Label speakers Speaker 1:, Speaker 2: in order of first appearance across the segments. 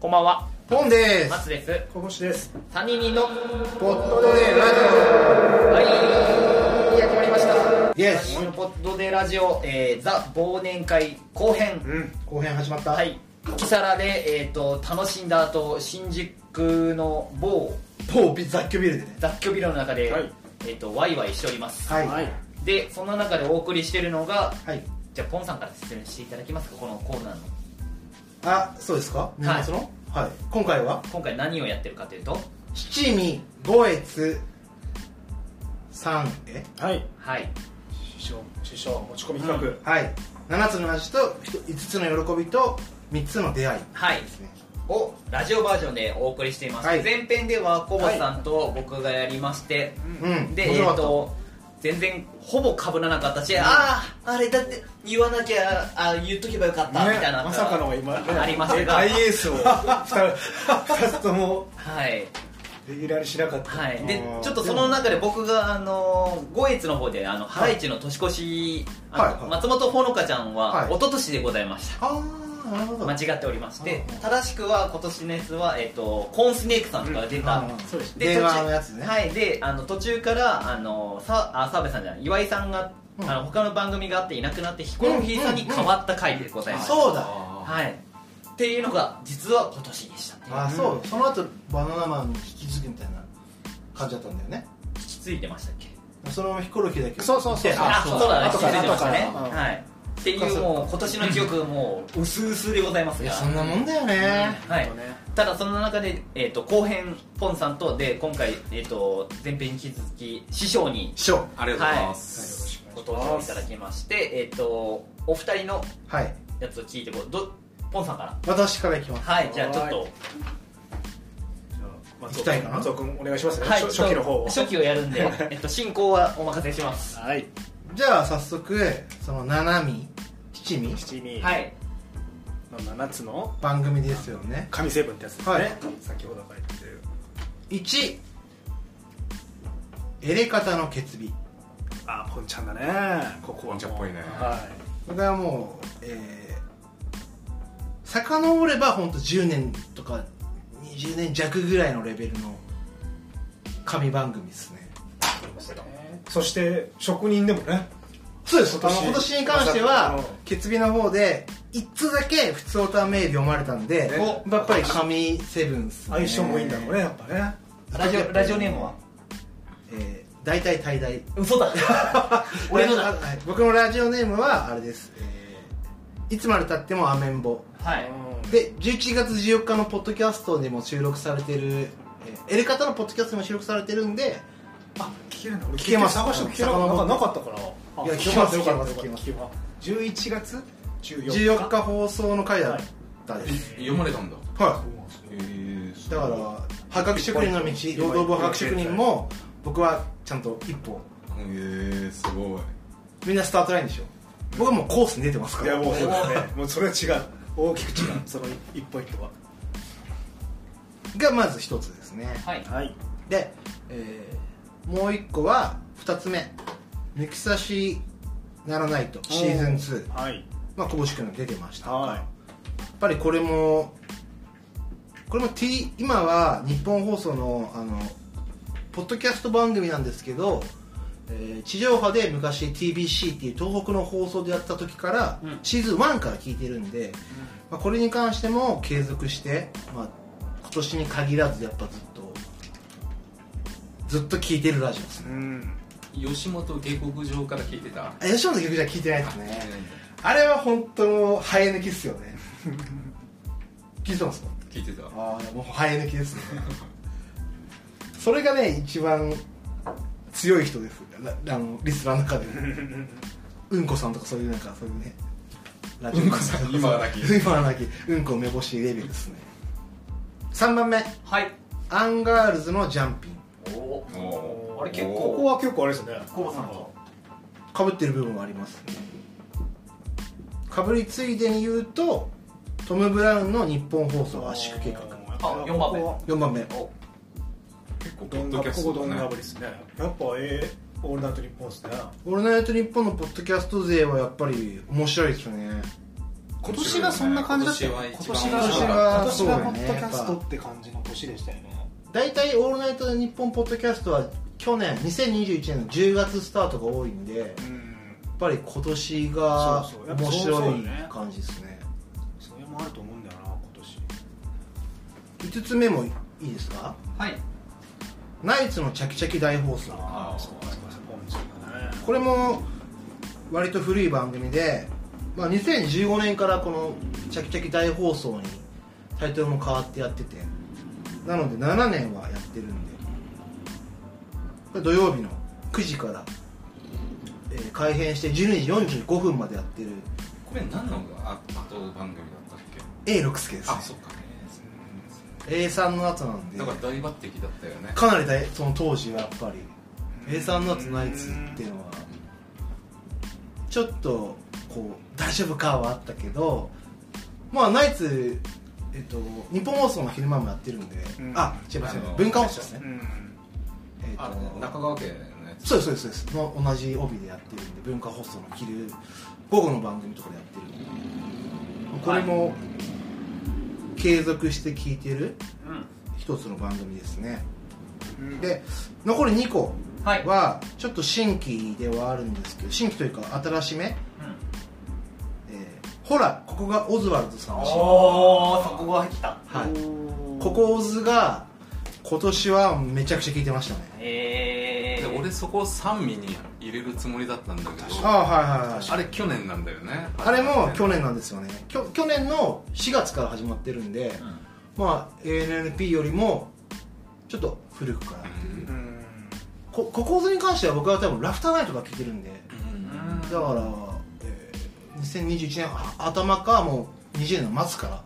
Speaker 1: こんばんは、
Speaker 2: ポンです。
Speaker 1: 松です。
Speaker 3: こぼしです。
Speaker 1: 3人人の、
Speaker 2: ポットでラ
Speaker 1: はい、や決まりました。
Speaker 2: ジオ。イエス
Speaker 1: こ。のポッドでラジオ、えーザ忘年会後編。
Speaker 2: うん。後編始まった。
Speaker 1: はい。木更で、えっ、と、楽しんだ後、新宿の某
Speaker 2: ポービ雑居ビルでね。
Speaker 1: 雑居ビルの中で、
Speaker 3: はい
Speaker 1: えっ、と、ワイワイしております。
Speaker 2: はい。
Speaker 3: は
Speaker 2: はいい。。
Speaker 1: で、その中でお送りしているのが、じゃあ、ポンさんから説明していただきますか、このコーナーの。
Speaker 2: あ、そうですか。
Speaker 1: はい
Speaker 2: その。はい。今回は
Speaker 1: 今回何をやってるかというと、
Speaker 2: 七味五越三え
Speaker 3: はい。
Speaker 1: はい。
Speaker 3: 師匠、師匠、持ち込み企画。
Speaker 2: はい。七つの味とひと五つの喜びと三つの出会い
Speaker 1: はい
Speaker 2: で。すね。
Speaker 1: をラジオバージョンでお送りしています、
Speaker 2: はい
Speaker 1: 前編ではコバさんと僕がやりまして、
Speaker 2: うん。
Speaker 1: で
Speaker 2: 面
Speaker 1: えっ、
Speaker 2: 白かった
Speaker 1: と全然ほぼ被らなかったし、あああれだって言わなきゃあ言っとけばよかった、みたいな
Speaker 3: まさかの今、ね
Speaker 1: ありましたが
Speaker 3: 大エースを2つとも
Speaker 1: はい
Speaker 3: レギュラーにしなかった。
Speaker 1: はい
Speaker 2: あ
Speaker 1: で
Speaker 2: ー
Speaker 1: ちょっとその中で僕があの五越の方であのハライチの年越し、あの
Speaker 2: はいはい
Speaker 1: 松本ほのかちゃんは、
Speaker 2: はい
Speaker 1: 一昨年でございました
Speaker 2: あー、なるほど。
Speaker 1: 間違っておりまして
Speaker 2: うん
Speaker 1: 正しくは今年のやつは、えっとコーンスネークさんとかが出た、
Speaker 2: うんうん
Speaker 3: そうでした。
Speaker 1: で
Speaker 2: 電話
Speaker 1: 途中
Speaker 2: のやつね
Speaker 1: はいであの途中からあのさあ澤部さんじゃない岩井さんが、
Speaker 2: うん
Speaker 1: あの他の番組があっていなくなってヒコロヒーさんに変わった回でございます、
Speaker 2: そうだ。
Speaker 1: はいっていうのが実は今年でしたっていう
Speaker 2: あ、そう。その後バナナマンに引き継ぐみたいな感じだったんだよね。
Speaker 1: 引き継いでましたっけ
Speaker 2: そのままヒコロヒーだけ。
Speaker 3: そうそうそう
Speaker 2: 来て
Speaker 1: あ
Speaker 3: あ
Speaker 1: そう
Speaker 3: そう
Speaker 1: だ
Speaker 3: だ
Speaker 1: ね
Speaker 3: 後から
Speaker 1: 引き継いでましたね
Speaker 3: 後から
Speaker 1: はいってい
Speaker 2: そっ
Speaker 1: う
Speaker 2: かそっか
Speaker 1: もう今年の記憶もう薄々でございます
Speaker 2: い
Speaker 1: が
Speaker 2: や、そんなもんだよね。
Speaker 1: はい
Speaker 3: ほんとね
Speaker 1: ただその中で、えー、と後編ポンさんとで今回、えー、と前編に引き続き師匠に
Speaker 2: 師匠。
Speaker 4: ありがとうございます。
Speaker 1: ご登場いただきまして、えー、とお二人の
Speaker 2: はい。
Speaker 1: やつを聞いてこうどポンさんから
Speaker 2: 私からいきます。
Speaker 1: はいじゃあちょっと
Speaker 3: じゃあ松尾
Speaker 2: 行きたいかな
Speaker 3: 松尾君お願いしますね。
Speaker 1: はい
Speaker 3: 初初期の方を。
Speaker 1: 初期をやるんで、えっと、進行はお任せします
Speaker 3: はい。
Speaker 2: じゃあ早速、その七味、七味
Speaker 3: 七味の
Speaker 1: はい
Speaker 3: 7つの
Speaker 2: 番組ですよね。
Speaker 3: 神成分ってやつです
Speaker 2: はい
Speaker 3: ね。先ほどから言ってる。
Speaker 2: 1、エレカタの決備。
Speaker 3: あ、ポンちゃんだね。ここはもう。
Speaker 4: ポンちゃんっぽいね
Speaker 3: は
Speaker 2: これはもう、えー、遡ればほんと10年とか20年弱ぐらいのレベルの神番組ですね。
Speaker 3: い。そして、職人でもね。
Speaker 2: そうです
Speaker 3: 今
Speaker 2: 今年
Speaker 3: 年
Speaker 2: 今年に関して
Speaker 3: う
Speaker 2: は
Speaker 3: ん
Speaker 2: 決備の方で一通だけ普通オタメール読まれたんで、
Speaker 3: ね
Speaker 2: やっぱり神セブンス、
Speaker 3: 相性もいいんだろうね、やっぱね。
Speaker 1: ラジオラジオネームは
Speaker 2: えー、大体大体
Speaker 1: 嘘だ俺のだ
Speaker 2: あはい僕のラジオネームはあれです、えーいつまでたってもアメンボ
Speaker 1: はい
Speaker 2: で11月14日のポッドキャストにも収録されてる、えー、エレカタのポッドキャストにも収録されてるんで
Speaker 3: あ、聞けるの
Speaker 2: 聞けます
Speaker 3: 探しても聞けなかった。
Speaker 2: うん
Speaker 3: なかったから。
Speaker 2: いや
Speaker 3: あ
Speaker 2: 聞けます
Speaker 3: よかった
Speaker 2: 聞けます
Speaker 3: よかったよかった11月
Speaker 2: 14
Speaker 3: 14日。
Speaker 2: 日放送の回だったです、
Speaker 4: 読まれたんだ。
Speaker 2: はい
Speaker 4: えー
Speaker 2: だから破格職人の道労働部破格職人も僕はちゃんと一歩
Speaker 4: えー、すごい。
Speaker 2: みんなスタートラインでしょ僕はもうコースに出てますか
Speaker 3: いや
Speaker 2: ら
Speaker 3: もうそうだね。もうそれは違う。大きく違う。その一歩一歩は。
Speaker 2: がまず一つですね
Speaker 1: はい
Speaker 3: はい。
Speaker 2: で、えーもう一個は二つ目「抜き差しならないと」シーズン2
Speaker 3: はい。
Speaker 2: まあこぼし君が出てましたや
Speaker 3: は
Speaker 2: っぱりこれもこれも、T、今は日本放送のあのポッドキャスト番組なんですけど、えー地上波で昔 TBC っていう東北の放送でやった時から、
Speaker 1: うん
Speaker 2: シーズン1から聞いてるんで、まあ、これに関しても継続して、まあ、今年に限らずやっぱずっとずっと聞いてるラジオです
Speaker 3: い。
Speaker 2: ね
Speaker 3: うん。
Speaker 4: 吉本下克上から聞いてた。
Speaker 2: あ吉本の曲じゃ聞いてないですねあれは本当の生え抜きっすよね聞いてますか
Speaker 4: 聞いてた。
Speaker 2: ああもう生え抜きですね それがね一番強い人ですラあのリスナーの 中でうんこさんとかそういうなんかそういうねラジオ
Speaker 4: うんこ さん今は亡き
Speaker 2: 今はなきうんこ目星レベルですね3番目
Speaker 1: はい
Speaker 2: アンガールズのジャンピン
Speaker 1: おー
Speaker 4: おー
Speaker 1: あれ結構
Speaker 3: ここは結構あれですね。
Speaker 1: コバさんと
Speaker 2: かぶってる部分はありますねかぶりついでに言うとトム・ブラウンの日本放送圧縮計画
Speaker 1: あ四番目
Speaker 3: ここは
Speaker 2: 4番目
Speaker 1: お
Speaker 4: 結構ポ
Speaker 3: ど
Speaker 4: ッ
Speaker 3: ん
Speaker 4: ド
Speaker 3: が
Speaker 4: キャ
Speaker 3: こ
Speaker 4: ス
Speaker 3: こ
Speaker 4: ト
Speaker 3: どん
Speaker 4: だ
Speaker 3: が
Speaker 4: ね
Speaker 3: ぶ。りですね。やっぱえーオールナイトニッポンですね。
Speaker 2: 「オールナイトニッポン」のポッドキャスト勢はやっぱり面白いですよね今年がそんな感じだったよね
Speaker 4: 今年は一
Speaker 2: 今年
Speaker 4: 番面白
Speaker 2: が
Speaker 4: かっ
Speaker 3: 今年
Speaker 2: そうだ
Speaker 3: が
Speaker 2: よね
Speaker 3: ポッドキャストって感じの年でしたよね
Speaker 2: 大体「オールナイト日本ポッドキャスト」は去年2021年の10月スタートが多いんでやっ
Speaker 3: うん
Speaker 2: ぱり今年が
Speaker 3: そうそうやっ
Speaker 2: 面
Speaker 3: ぱそう
Speaker 2: 白
Speaker 3: そう
Speaker 2: い
Speaker 3: だね
Speaker 2: 感じですね
Speaker 3: それもあると思うんだよな今年
Speaker 2: 5つ目もいいですか
Speaker 4: はい
Speaker 2: ナイツのチャキチャキ大放送
Speaker 3: あ
Speaker 4: あ
Speaker 3: あそうかそうかそうか
Speaker 2: これも割と古い番組で、まあ、2015年からこの「チャキチャキ大放送」にタイトルも変わってやっててなので7年はやってるんでこれ土曜日の9時から、えー改編して12時45分までやってる
Speaker 4: これ何のあ後番組だったっけ
Speaker 2: A 六輔です、ね
Speaker 4: あ、そっかね
Speaker 2: A さんの後なんで
Speaker 4: だから大抜擢だったよね
Speaker 2: かなり大その当時はやっぱり A さんの後ナイツっていうのはちょっとこう大丈夫かはあったけどまあナイツえっと日本放送の昼間もやってるんで、
Speaker 3: うん
Speaker 2: あ違います
Speaker 4: あの
Speaker 2: 文化放送ですね、
Speaker 3: うん
Speaker 2: えっ
Speaker 4: あ
Speaker 2: と
Speaker 4: 中川家のやつ
Speaker 2: そうですそうですそうですの同じ帯でやってるんで文化放送の昼午後の番組とかでやってるんでこれも継続して聞いてる一つの番組ですね
Speaker 3: うん
Speaker 2: で残り2個
Speaker 1: はい
Speaker 2: はちょっと新規ではあるんですけど新規というか新しめ、えーほらここがオズワルドさんらしいは
Speaker 1: おおそこが来た
Speaker 2: いここオズが今年はめちゃくちゃ聞いてましたね
Speaker 1: え
Speaker 4: で
Speaker 1: ー、
Speaker 4: 俺そこを三味に入れるつもりだったんだけど
Speaker 2: ああはいはいはい
Speaker 4: あれ去年なんだよね
Speaker 2: あれも去年なんですよねきょ去年の4月から始まってるんで、まあ ANNP よりもちょっと古くから、
Speaker 4: うん
Speaker 3: うん
Speaker 2: こここオズに関しては僕は多分ラフターナイトが聞いてるんで
Speaker 4: うん
Speaker 2: だから、えー2021年あ頭かもう20年の末から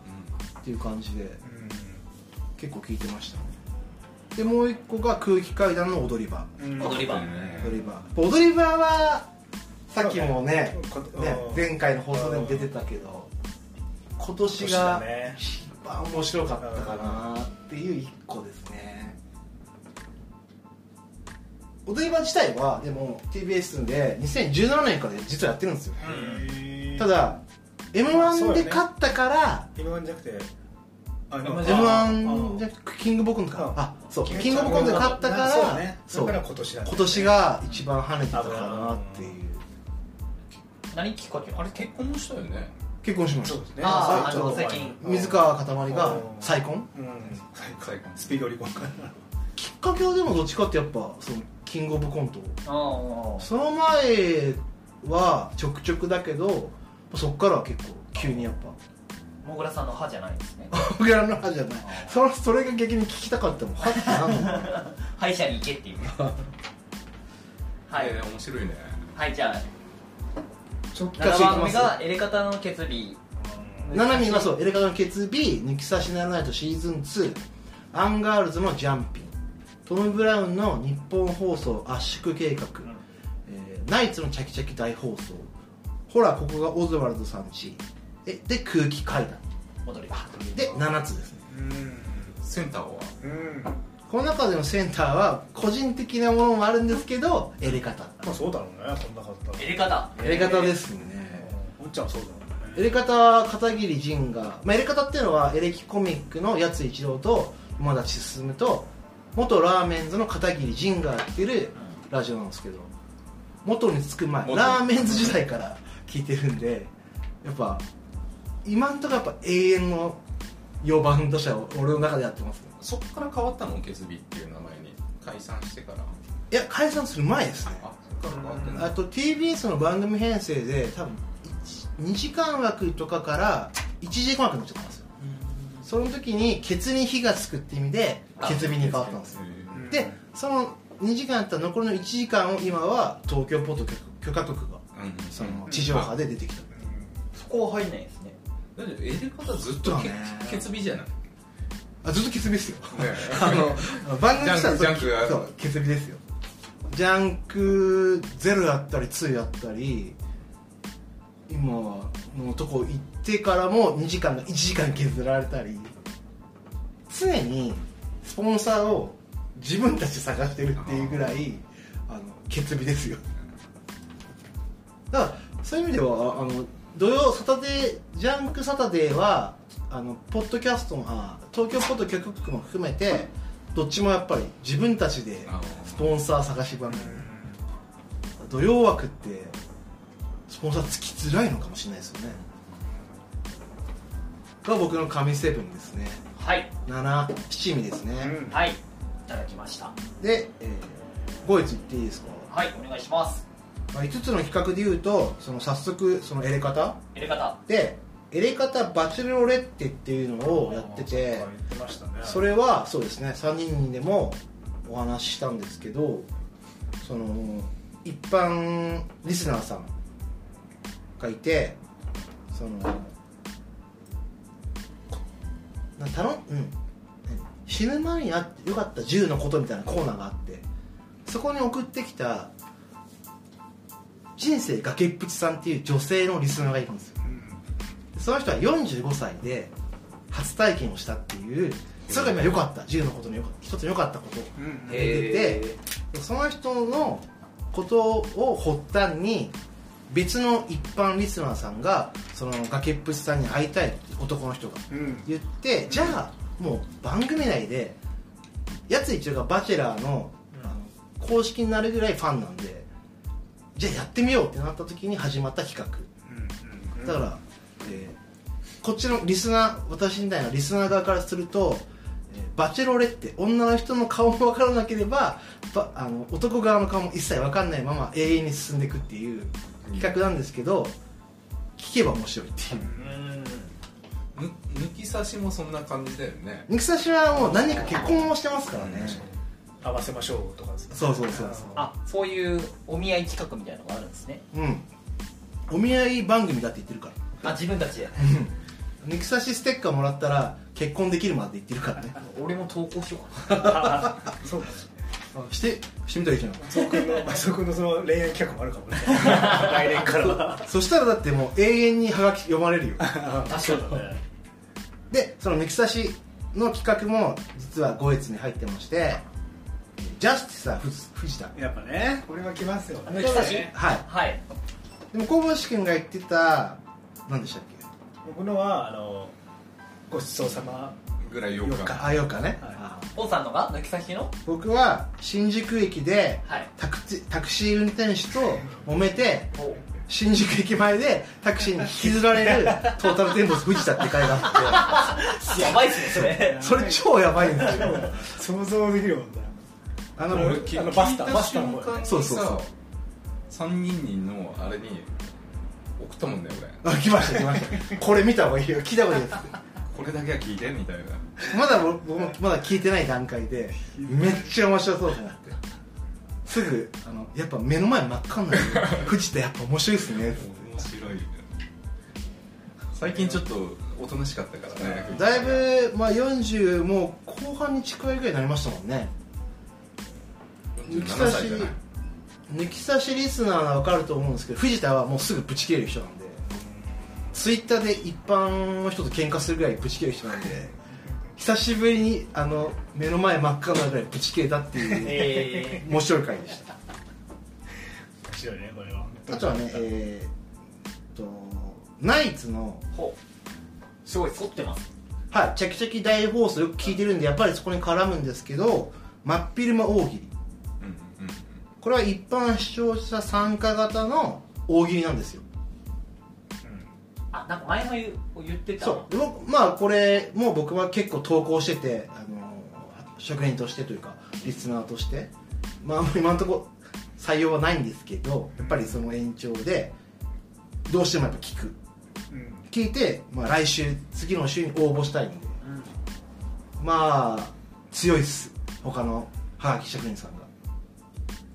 Speaker 2: っていう感じで結構聞いてましたねでもう一個が空気階段の踊り場
Speaker 3: うんうん
Speaker 1: 踊り場
Speaker 2: 踊り
Speaker 4: ね
Speaker 2: 場踊り場はさっきもね
Speaker 3: そうだね
Speaker 2: ね
Speaker 3: うん
Speaker 2: 前回の放送でも出てたけど今年
Speaker 3: 今年だ
Speaker 2: が
Speaker 3: ね
Speaker 2: 一番面白かったかなっていう一個ですね踊り場自体はでも TBS で2017年から実はやってるんですよ
Speaker 3: へー
Speaker 2: ただ m
Speaker 3: そ
Speaker 2: 1
Speaker 3: うだ
Speaker 2: で
Speaker 3: ね
Speaker 2: 勝ったから、
Speaker 3: 今までじゃなくてあ
Speaker 2: m
Speaker 3: あ
Speaker 2: 1じゃなくてキングボコンか
Speaker 3: うん
Speaker 2: あそう
Speaker 3: キング
Speaker 2: キングボコンで勝ったから
Speaker 3: そうね
Speaker 2: そう
Speaker 3: だから今年だね
Speaker 2: 今年が一番跳ねてたかなっていう
Speaker 1: 何きっかけ
Speaker 4: あれ結婚もしたよね
Speaker 2: 結婚しまし
Speaker 3: そう
Speaker 2: た
Speaker 3: ですね
Speaker 1: あー
Speaker 3: そう
Speaker 1: あの
Speaker 3: ちょっと前
Speaker 1: 最近
Speaker 2: 水川かたまりが
Speaker 3: うん
Speaker 2: 再婚
Speaker 3: うん
Speaker 4: 最高
Speaker 3: スピード離婚か
Speaker 2: きっかけはでもどっちかってやっぱそのキングオブコント
Speaker 1: ああ
Speaker 2: その前はちょくちょくだけどそっからは結構急にやっ ぱ
Speaker 1: もぐらさんの歯じゃないですね
Speaker 2: 僕らの歯じゃないそのそれが逆に聞きたかったもん歯って何 なの
Speaker 1: 歯医者に行けって いうはい、
Speaker 4: えー面白いね
Speaker 1: はいじゃあ
Speaker 3: ちょっと
Speaker 2: か
Speaker 1: 7
Speaker 2: し
Speaker 1: 番組がエレカタの決備
Speaker 2: ナナミンはそうエレカタの決備抜き差しならないとシーズン2アンガールズのジャンピントム・ブラウンの日本放送圧縮計画、えーナイツのチャキチャキ大放送ほらここがオズワルドさんちえで空気階段
Speaker 1: 戻り場
Speaker 2: で7つですね
Speaker 3: うん
Speaker 4: センターは
Speaker 3: うん
Speaker 2: この中でのセンターは個人的なものもあるんですけどエレカタ
Speaker 3: まあそうだろうねこんなかったら
Speaker 1: エレカタ
Speaker 2: エレカタですね、
Speaker 3: おっちゃんはそうだろう
Speaker 2: エ
Speaker 3: ね
Speaker 2: レカタは片桐仁が、まあ、エレカタっていうのはエレキコミックのやつ一郎と今立進と元ラーメンズの片桐仁がやってるラジオなんですけど元につく前
Speaker 4: 元
Speaker 2: ラーメンズ時代から聞いてるんでやっぱ今んとこやっぱ永遠の4番打者を俺の中でやってますね
Speaker 4: そっから変わったのケズビっていう名前に解散してから
Speaker 2: いや解散する前ですね
Speaker 4: あそっから変わってない
Speaker 2: あと TBS の番組編成で多分2時間枠とかから1時間枠になっちゃったんですよその時にケツに火がつくって意味でケツビに変わったんですよ
Speaker 4: へ
Speaker 2: でその2時間あった残りの1時間を今は東京ポッド局許可局が
Speaker 4: ーうん
Speaker 2: その地上波で出てきた
Speaker 1: そこは入んないですね
Speaker 4: だってエレカタずっと
Speaker 2: そう
Speaker 4: ケ
Speaker 2: だね
Speaker 4: ケツビじゃない
Speaker 2: あずっとケツビですよあ
Speaker 4: あ
Speaker 2: の番組したら
Speaker 4: ジャンクジャンク
Speaker 2: そうケツビですよジャンク0あったり2あったり今のとこ行ってからも2時間が1時間削られたり常にスポンサーを自分たち探してるっていうぐらいあのケツビですよだからそういう意味ではああの土曜サタデージャンクサタデーはあのポッドキャストもあ東京ポッド局も含めてどっちもやっぱり自分たちで
Speaker 4: あ
Speaker 2: スポンサー探し番組土曜枠ってスポンサーつきづらいのかもしれないですよねが僕の神セブンですね
Speaker 1: はい
Speaker 2: 7七味ですね、
Speaker 3: うん
Speaker 1: はいいただきました
Speaker 2: で、えー、5月いっていいですか、
Speaker 1: はいお願いします
Speaker 2: まあ、5つの企画でいうとその早速そのエレ方
Speaker 1: 入れ方
Speaker 2: でエレ方バチェロレッテっていうのをやってて
Speaker 3: 言ってましたね
Speaker 2: それはそうですね3人でもお話ししたんですけどその一般リスナーさんがいてそのな頼んうん死ぬ前にあってよかった10のことみたいなコーナーがあってそこに送ってきた人生崖っぷちさんっていう女性のリスナーがいるんですよその人は45歳で初体験をしたっていうそれが今良かった10のことのよか一つの良かったことを
Speaker 3: うんうん
Speaker 2: 出ててその人のことを発端に別の一般リスナーさんがその崖っぷちさんに会いたいって男の人が
Speaker 3: うん
Speaker 2: 言ってじゃあもう番組内でやつ一応が「バチェラーの」あの公式になるぐらいファンなんでじゃあやってみようってなった時に始まった企画
Speaker 3: うん
Speaker 2: だから、えーこっちのリスナー私みたいなリスナー側からすると、えーバチェロレって女の人の顔も分からなければばあの男側の顔も一切分かんないまま永遠に進んでいくっていう企画なんですけど、聞けば面白いっていう
Speaker 1: うん
Speaker 4: ーぬ抜き差しもそんな感じだよね
Speaker 2: 肉刺しはもう何人か結婚をしてますからね、
Speaker 3: 合わせましょうとかですね
Speaker 2: そうそうそうそう
Speaker 1: あ
Speaker 3: あ
Speaker 1: そういうお見合い企画みたいなのがあるんですね
Speaker 2: うんお見合い番組だって言ってるから
Speaker 1: あ自分たちで
Speaker 2: 肉刺しステッカーもらったら結婚できるまで言ってる からね
Speaker 1: 俺も投稿しようかな
Speaker 3: そうか
Speaker 2: あしてしてみたらいいじゃん
Speaker 3: そ君のまあそこのその恋愛企画もあるかもね来年からは
Speaker 2: そしたらだってもう永遠にハガキ読まれるよ
Speaker 1: 確かにね
Speaker 2: でその抜き差しの企画も実は5月に入ってましてジャスティスは藤藤田
Speaker 3: やっぱねこれは来ますよ
Speaker 1: 抜き差し
Speaker 2: は
Speaker 1: はい
Speaker 2: いでも小林君が言ってた何でしたっけ
Speaker 3: 僕のはあのごちそうさま
Speaker 4: ぐらいよく
Speaker 3: よ
Speaker 2: ああようかね、
Speaker 3: はい
Speaker 2: あ
Speaker 1: ポンさんのが抜き差しの
Speaker 2: 僕は新宿駅で
Speaker 1: はい
Speaker 2: タクチタクシー運転手と揉めて
Speaker 1: お
Speaker 2: 新宿駅前でタクシーに引きずられるトータルテンボス藤田って回があ
Speaker 1: やばいっすねそれ
Speaker 2: ってそれ超やばいんですよ
Speaker 3: 想像できるもんだ
Speaker 2: あ
Speaker 4: あ
Speaker 2: の
Speaker 4: の
Speaker 3: あの
Speaker 4: 聞
Speaker 3: バスタ
Speaker 4: 聞い
Speaker 3: バ
Speaker 4: た
Speaker 3: スタの
Speaker 4: 瞬
Speaker 3: 方
Speaker 4: 間に
Speaker 2: そうそうそう
Speaker 4: さ三人のあれに送ったもんね俺
Speaker 2: あ来ました来ましたこれ見た方がいいよ聞いた方がいいよ
Speaker 4: これだけは聞いてみたいな
Speaker 2: まだ僕僕もまだ聞いてない段階でめっちゃ面白そうだなってすぐあのやっぱ目の前真っ赤に なる藤田やっぱ面白いですね
Speaker 4: 面白い最近ちょっとおとなしかったからね
Speaker 2: だいぶ、まあ、40もう後半に近いぐらいになりましたもんね抜
Speaker 4: 47
Speaker 2: き差し
Speaker 4: 歳じゃない
Speaker 2: 抜き差しリスナーは分かると思うんですけど藤田はもうすぐブチ切れる人なんでツイッターで一般の人と喧嘩するぐらいブチ切れる人なんで久しぶりにあの目の前真っ赤になるぐらいブチ切れたっていう、
Speaker 1: え
Speaker 2: 面白い回でした
Speaker 3: 面白いねこれは
Speaker 2: あとはねえー、っとナイツの
Speaker 1: ー、ほうすごい凝ってます
Speaker 2: はい、チャキチャキ大放送よく聞いてるんでやっぱりそこに絡むんですけど真っ昼間大喜利
Speaker 4: うんうんうん
Speaker 2: これは一般視聴者参加型の大喜利なんですよ
Speaker 1: あなんか前の言う言ってた
Speaker 2: そうで僕まあこれもう僕は結構投稿しててあの職員としてというかリスナーとしてまあ今のところ採用はないんですけどやっぱりその延長でどうしてもやっぱ聞く
Speaker 3: うん
Speaker 2: 聞いて、まあ、来週次の週に応募したいんで
Speaker 1: うん
Speaker 2: まあ強いっす他のはがき職員さんが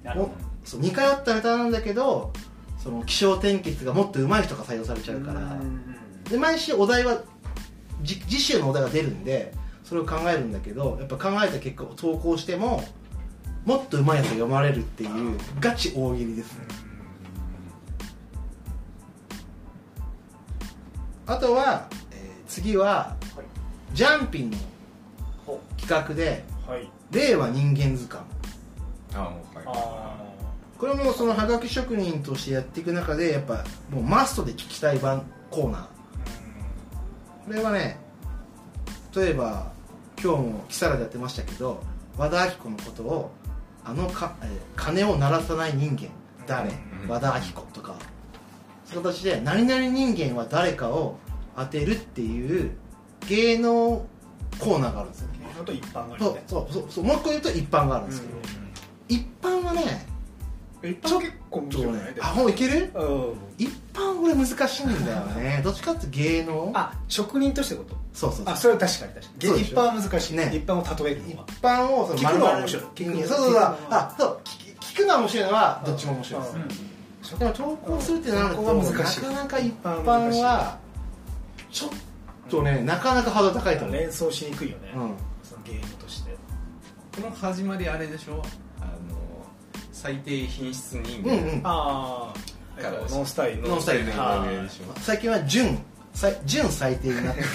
Speaker 1: なるほど
Speaker 2: おそう似通ったネタなんだけどその気象転結がもっと上手い人が採用されちゃうからで毎週お題はじ次週のお題が出るんでそれを考えるんだけどやっぱ考えた結果を投稿してももっと上手いやつが読まれるっていうガチ大喜利ですねあとは、えー次は
Speaker 1: はい
Speaker 2: ジャンピンの
Speaker 1: ほ
Speaker 2: 企画で
Speaker 3: はい
Speaker 2: 「令和人間図鑑
Speaker 4: あもうはい
Speaker 3: あ
Speaker 2: これもそのはがき職人としてやっていく中でやっぱもうマストで聞きたい番コーナーこれはね例えば今日もキサラでやってましたけど和田アキ子のことをあのか、えー鐘を鳴らさない人間誰、
Speaker 4: うん
Speaker 2: 和田アキ子とかそういう形で何々人間は誰かを当てるっていう芸能コーナーがあるんですよ
Speaker 3: あと一般がある
Speaker 2: そ
Speaker 3: よ
Speaker 2: う
Speaker 3: ね
Speaker 2: そうそうそうもう一個言うと一般があるんですけど、一般はね
Speaker 3: うん一般は結構面
Speaker 2: ちょっと
Speaker 3: 白くない
Speaker 2: ね
Speaker 3: で
Speaker 2: あもういける
Speaker 3: もうん
Speaker 2: 一般これ難しいんだよねどっちかっていうと芸能
Speaker 3: あ職人としてこと
Speaker 2: そうそうそう
Speaker 3: あそれは確かに確か
Speaker 2: そう
Speaker 3: に
Speaker 2: で
Speaker 3: 一
Speaker 2: しょ
Speaker 3: 般は難しい
Speaker 2: ね
Speaker 3: ね一般を例える
Speaker 2: 一
Speaker 3: のは
Speaker 2: 般をその
Speaker 3: 聞くの
Speaker 2: 丸
Speaker 3: は
Speaker 2: 々
Speaker 3: 面白い
Speaker 2: 聞く
Speaker 3: 聞く
Speaker 2: そうそうそう
Speaker 3: 聞くのは
Speaker 2: あそう聞く聞くのは面白いのはどっちも面白いです、
Speaker 3: うん
Speaker 2: でも投稿するってなると
Speaker 3: 投稿は難しい
Speaker 2: なかなか一般はちょっとねなかなかハードル高いと思う、
Speaker 3: 連想しにくいよね
Speaker 2: うん、
Speaker 3: そのゲームとして
Speaker 4: この始まりあれでしょあの最低品質人
Speaker 2: う
Speaker 4: 間、
Speaker 2: んうん
Speaker 3: ああ
Speaker 4: から
Speaker 3: ノンスタイル
Speaker 4: ノンスタイルの人間でしょ
Speaker 2: 最近は準最準最低になってる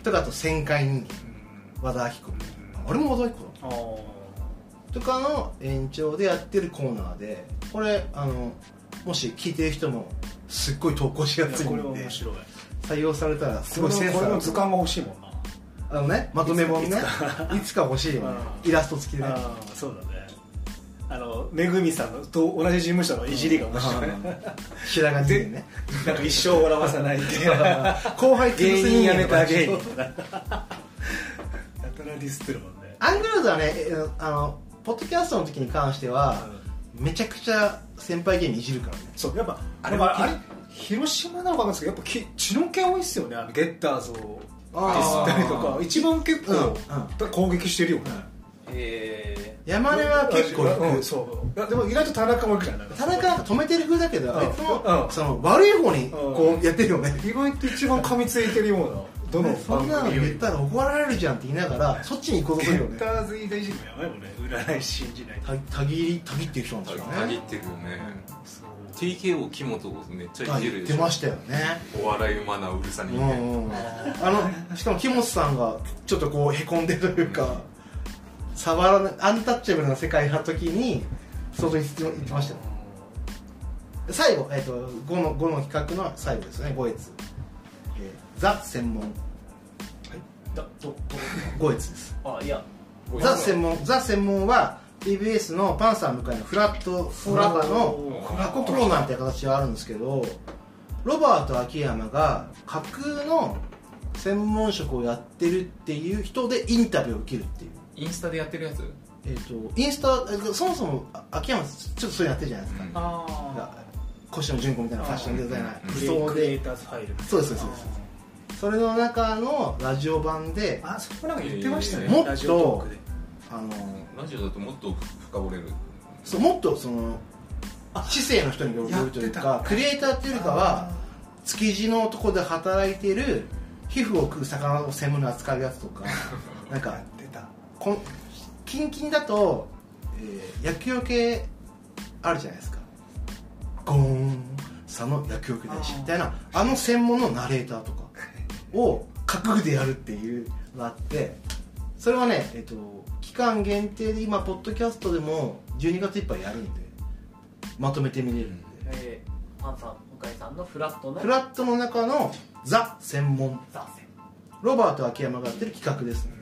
Speaker 2: けどと かあと旋回人間和田アキ子あれも和田アキ子だ
Speaker 3: あー
Speaker 2: とかの延長でやってるコーナーでこれあのもし聞いてる人もすっごい投稿しやすい
Speaker 3: これは
Speaker 2: んで
Speaker 3: 面白い
Speaker 2: 採用されたらすごいセンス
Speaker 3: これ
Speaker 2: あ
Speaker 3: の
Speaker 2: る
Speaker 3: 図鑑も欲しいもんな
Speaker 2: あのねまとめ本ね
Speaker 3: い
Speaker 2: いつか欲しいよね
Speaker 3: う
Speaker 2: イラスト付きでね
Speaker 3: ああそうだねあのめぐみさんのと同じ事務所のいじりが面白いね
Speaker 2: 白髪人間ね
Speaker 3: なんか一生笑わさ ないっていう
Speaker 2: 後輩
Speaker 3: 芸人やめた芸人
Speaker 2: 人
Speaker 3: や たらディスってるもんね
Speaker 2: アングルズはねえあのポッドキャストの時に関してはめちゃくちゃ先輩芸人いじるからね
Speaker 3: そうやっぱあれはあれ広島なのかなんですけどやっぱき知能系多いっすよねあのゲッターズをデ
Speaker 2: あー
Speaker 3: ィスったりとか一番結構、
Speaker 2: うんうん
Speaker 3: 攻撃してるよね、
Speaker 4: え
Speaker 2: 山根は結構行く
Speaker 3: うん、そういやでも意外と田中もいくじゃない
Speaker 2: 田中なんか止めてる風だけど
Speaker 3: うん
Speaker 2: あいつも
Speaker 3: うん
Speaker 2: その悪い方に
Speaker 3: うん
Speaker 2: こうやってるよね
Speaker 3: 意外と一番噛みついてるようなどの
Speaker 2: そ
Speaker 3: 番
Speaker 2: んなの
Speaker 3: 組よ
Speaker 2: 言っ
Speaker 3: り
Speaker 2: たら怒られるじゃんって言いながらそっちに行こうとするよ
Speaker 3: ゲ ッ
Speaker 2: ね
Speaker 3: ターズ以外人もやばいもんね占い師信じない
Speaker 2: たたぎりたぎっていう人なんですよ
Speaker 4: ー、
Speaker 2: ね
Speaker 4: 限ってるよね TKO 木本めっちゃ
Speaker 2: あ
Speaker 4: いじ
Speaker 2: 言
Speaker 4: る
Speaker 2: っ
Speaker 4: で
Speaker 2: て
Speaker 4: しょ
Speaker 2: ましたよね
Speaker 4: お笑いマナーうるさ
Speaker 2: う
Speaker 4: 人間、
Speaker 2: んうんあのしかも木本さんがちょっとこうへこんでるというか触らないアンタッチャブルな世界派時に相当言って言ってましたよ最後、えっと 5, の5の企画の最後ですね5越、えーザ専門
Speaker 1: だどど
Speaker 2: 5越です
Speaker 1: あいや
Speaker 2: ザ専門ザ専門は TBS のパンサー向かいのフラットフラバの
Speaker 3: おー
Speaker 2: 過去コーナーっていう形があるんですけどロバート秋山が架空の専門職をやってるっていう人でインタビューを受けるっていう、
Speaker 4: インスタでやってるやつ、
Speaker 2: えっとインスタえっとそもそもあ秋山ちょっとそれやってるじゃないですか、
Speaker 4: うん
Speaker 3: あ
Speaker 2: 腰の純子みたいなファッションデザイナ
Speaker 4: う
Speaker 2: ー
Speaker 4: ん
Speaker 3: ク
Speaker 2: 理
Speaker 3: リエ
Speaker 2: 想
Speaker 3: クリエ
Speaker 2: で
Speaker 3: イターズファイ
Speaker 2: そ
Speaker 3: ル
Speaker 2: うですそうですそうですそれの中のラジオ版で
Speaker 3: あそこなんか言ってました
Speaker 4: え
Speaker 3: ね
Speaker 4: ー
Speaker 2: もっと
Speaker 3: ラジオトークで
Speaker 2: あの
Speaker 4: ラジオだともっと深掘れる
Speaker 2: そうもっとその市政の人によるという
Speaker 3: やっ
Speaker 2: か
Speaker 3: てた
Speaker 2: クリエイターっていうよりかは築地のとこで働いてる皮膚を食う魚を専門に扱うやつと かなん
Speaker 3: や
Speaker 2: か
Speaker 3: ってた
Speaker 2: こんキンキンだと、えー、野球系あるじゃないですかゴーン佐野野球系大師みたいなあの専門のナレーターとかを覚悟でやるっていうのがあってそれはね、えっと期間限定で今ポッドキャストでも12月いっぱいやるんでまとめて見れるんで、
Speaker 1: えー、パンさん向井さんのフラットの
Speaker 2: フラットの中のザ専門
Speaker 1: ザセ
Speaker 2: ロバート秋山がやってる企画ですね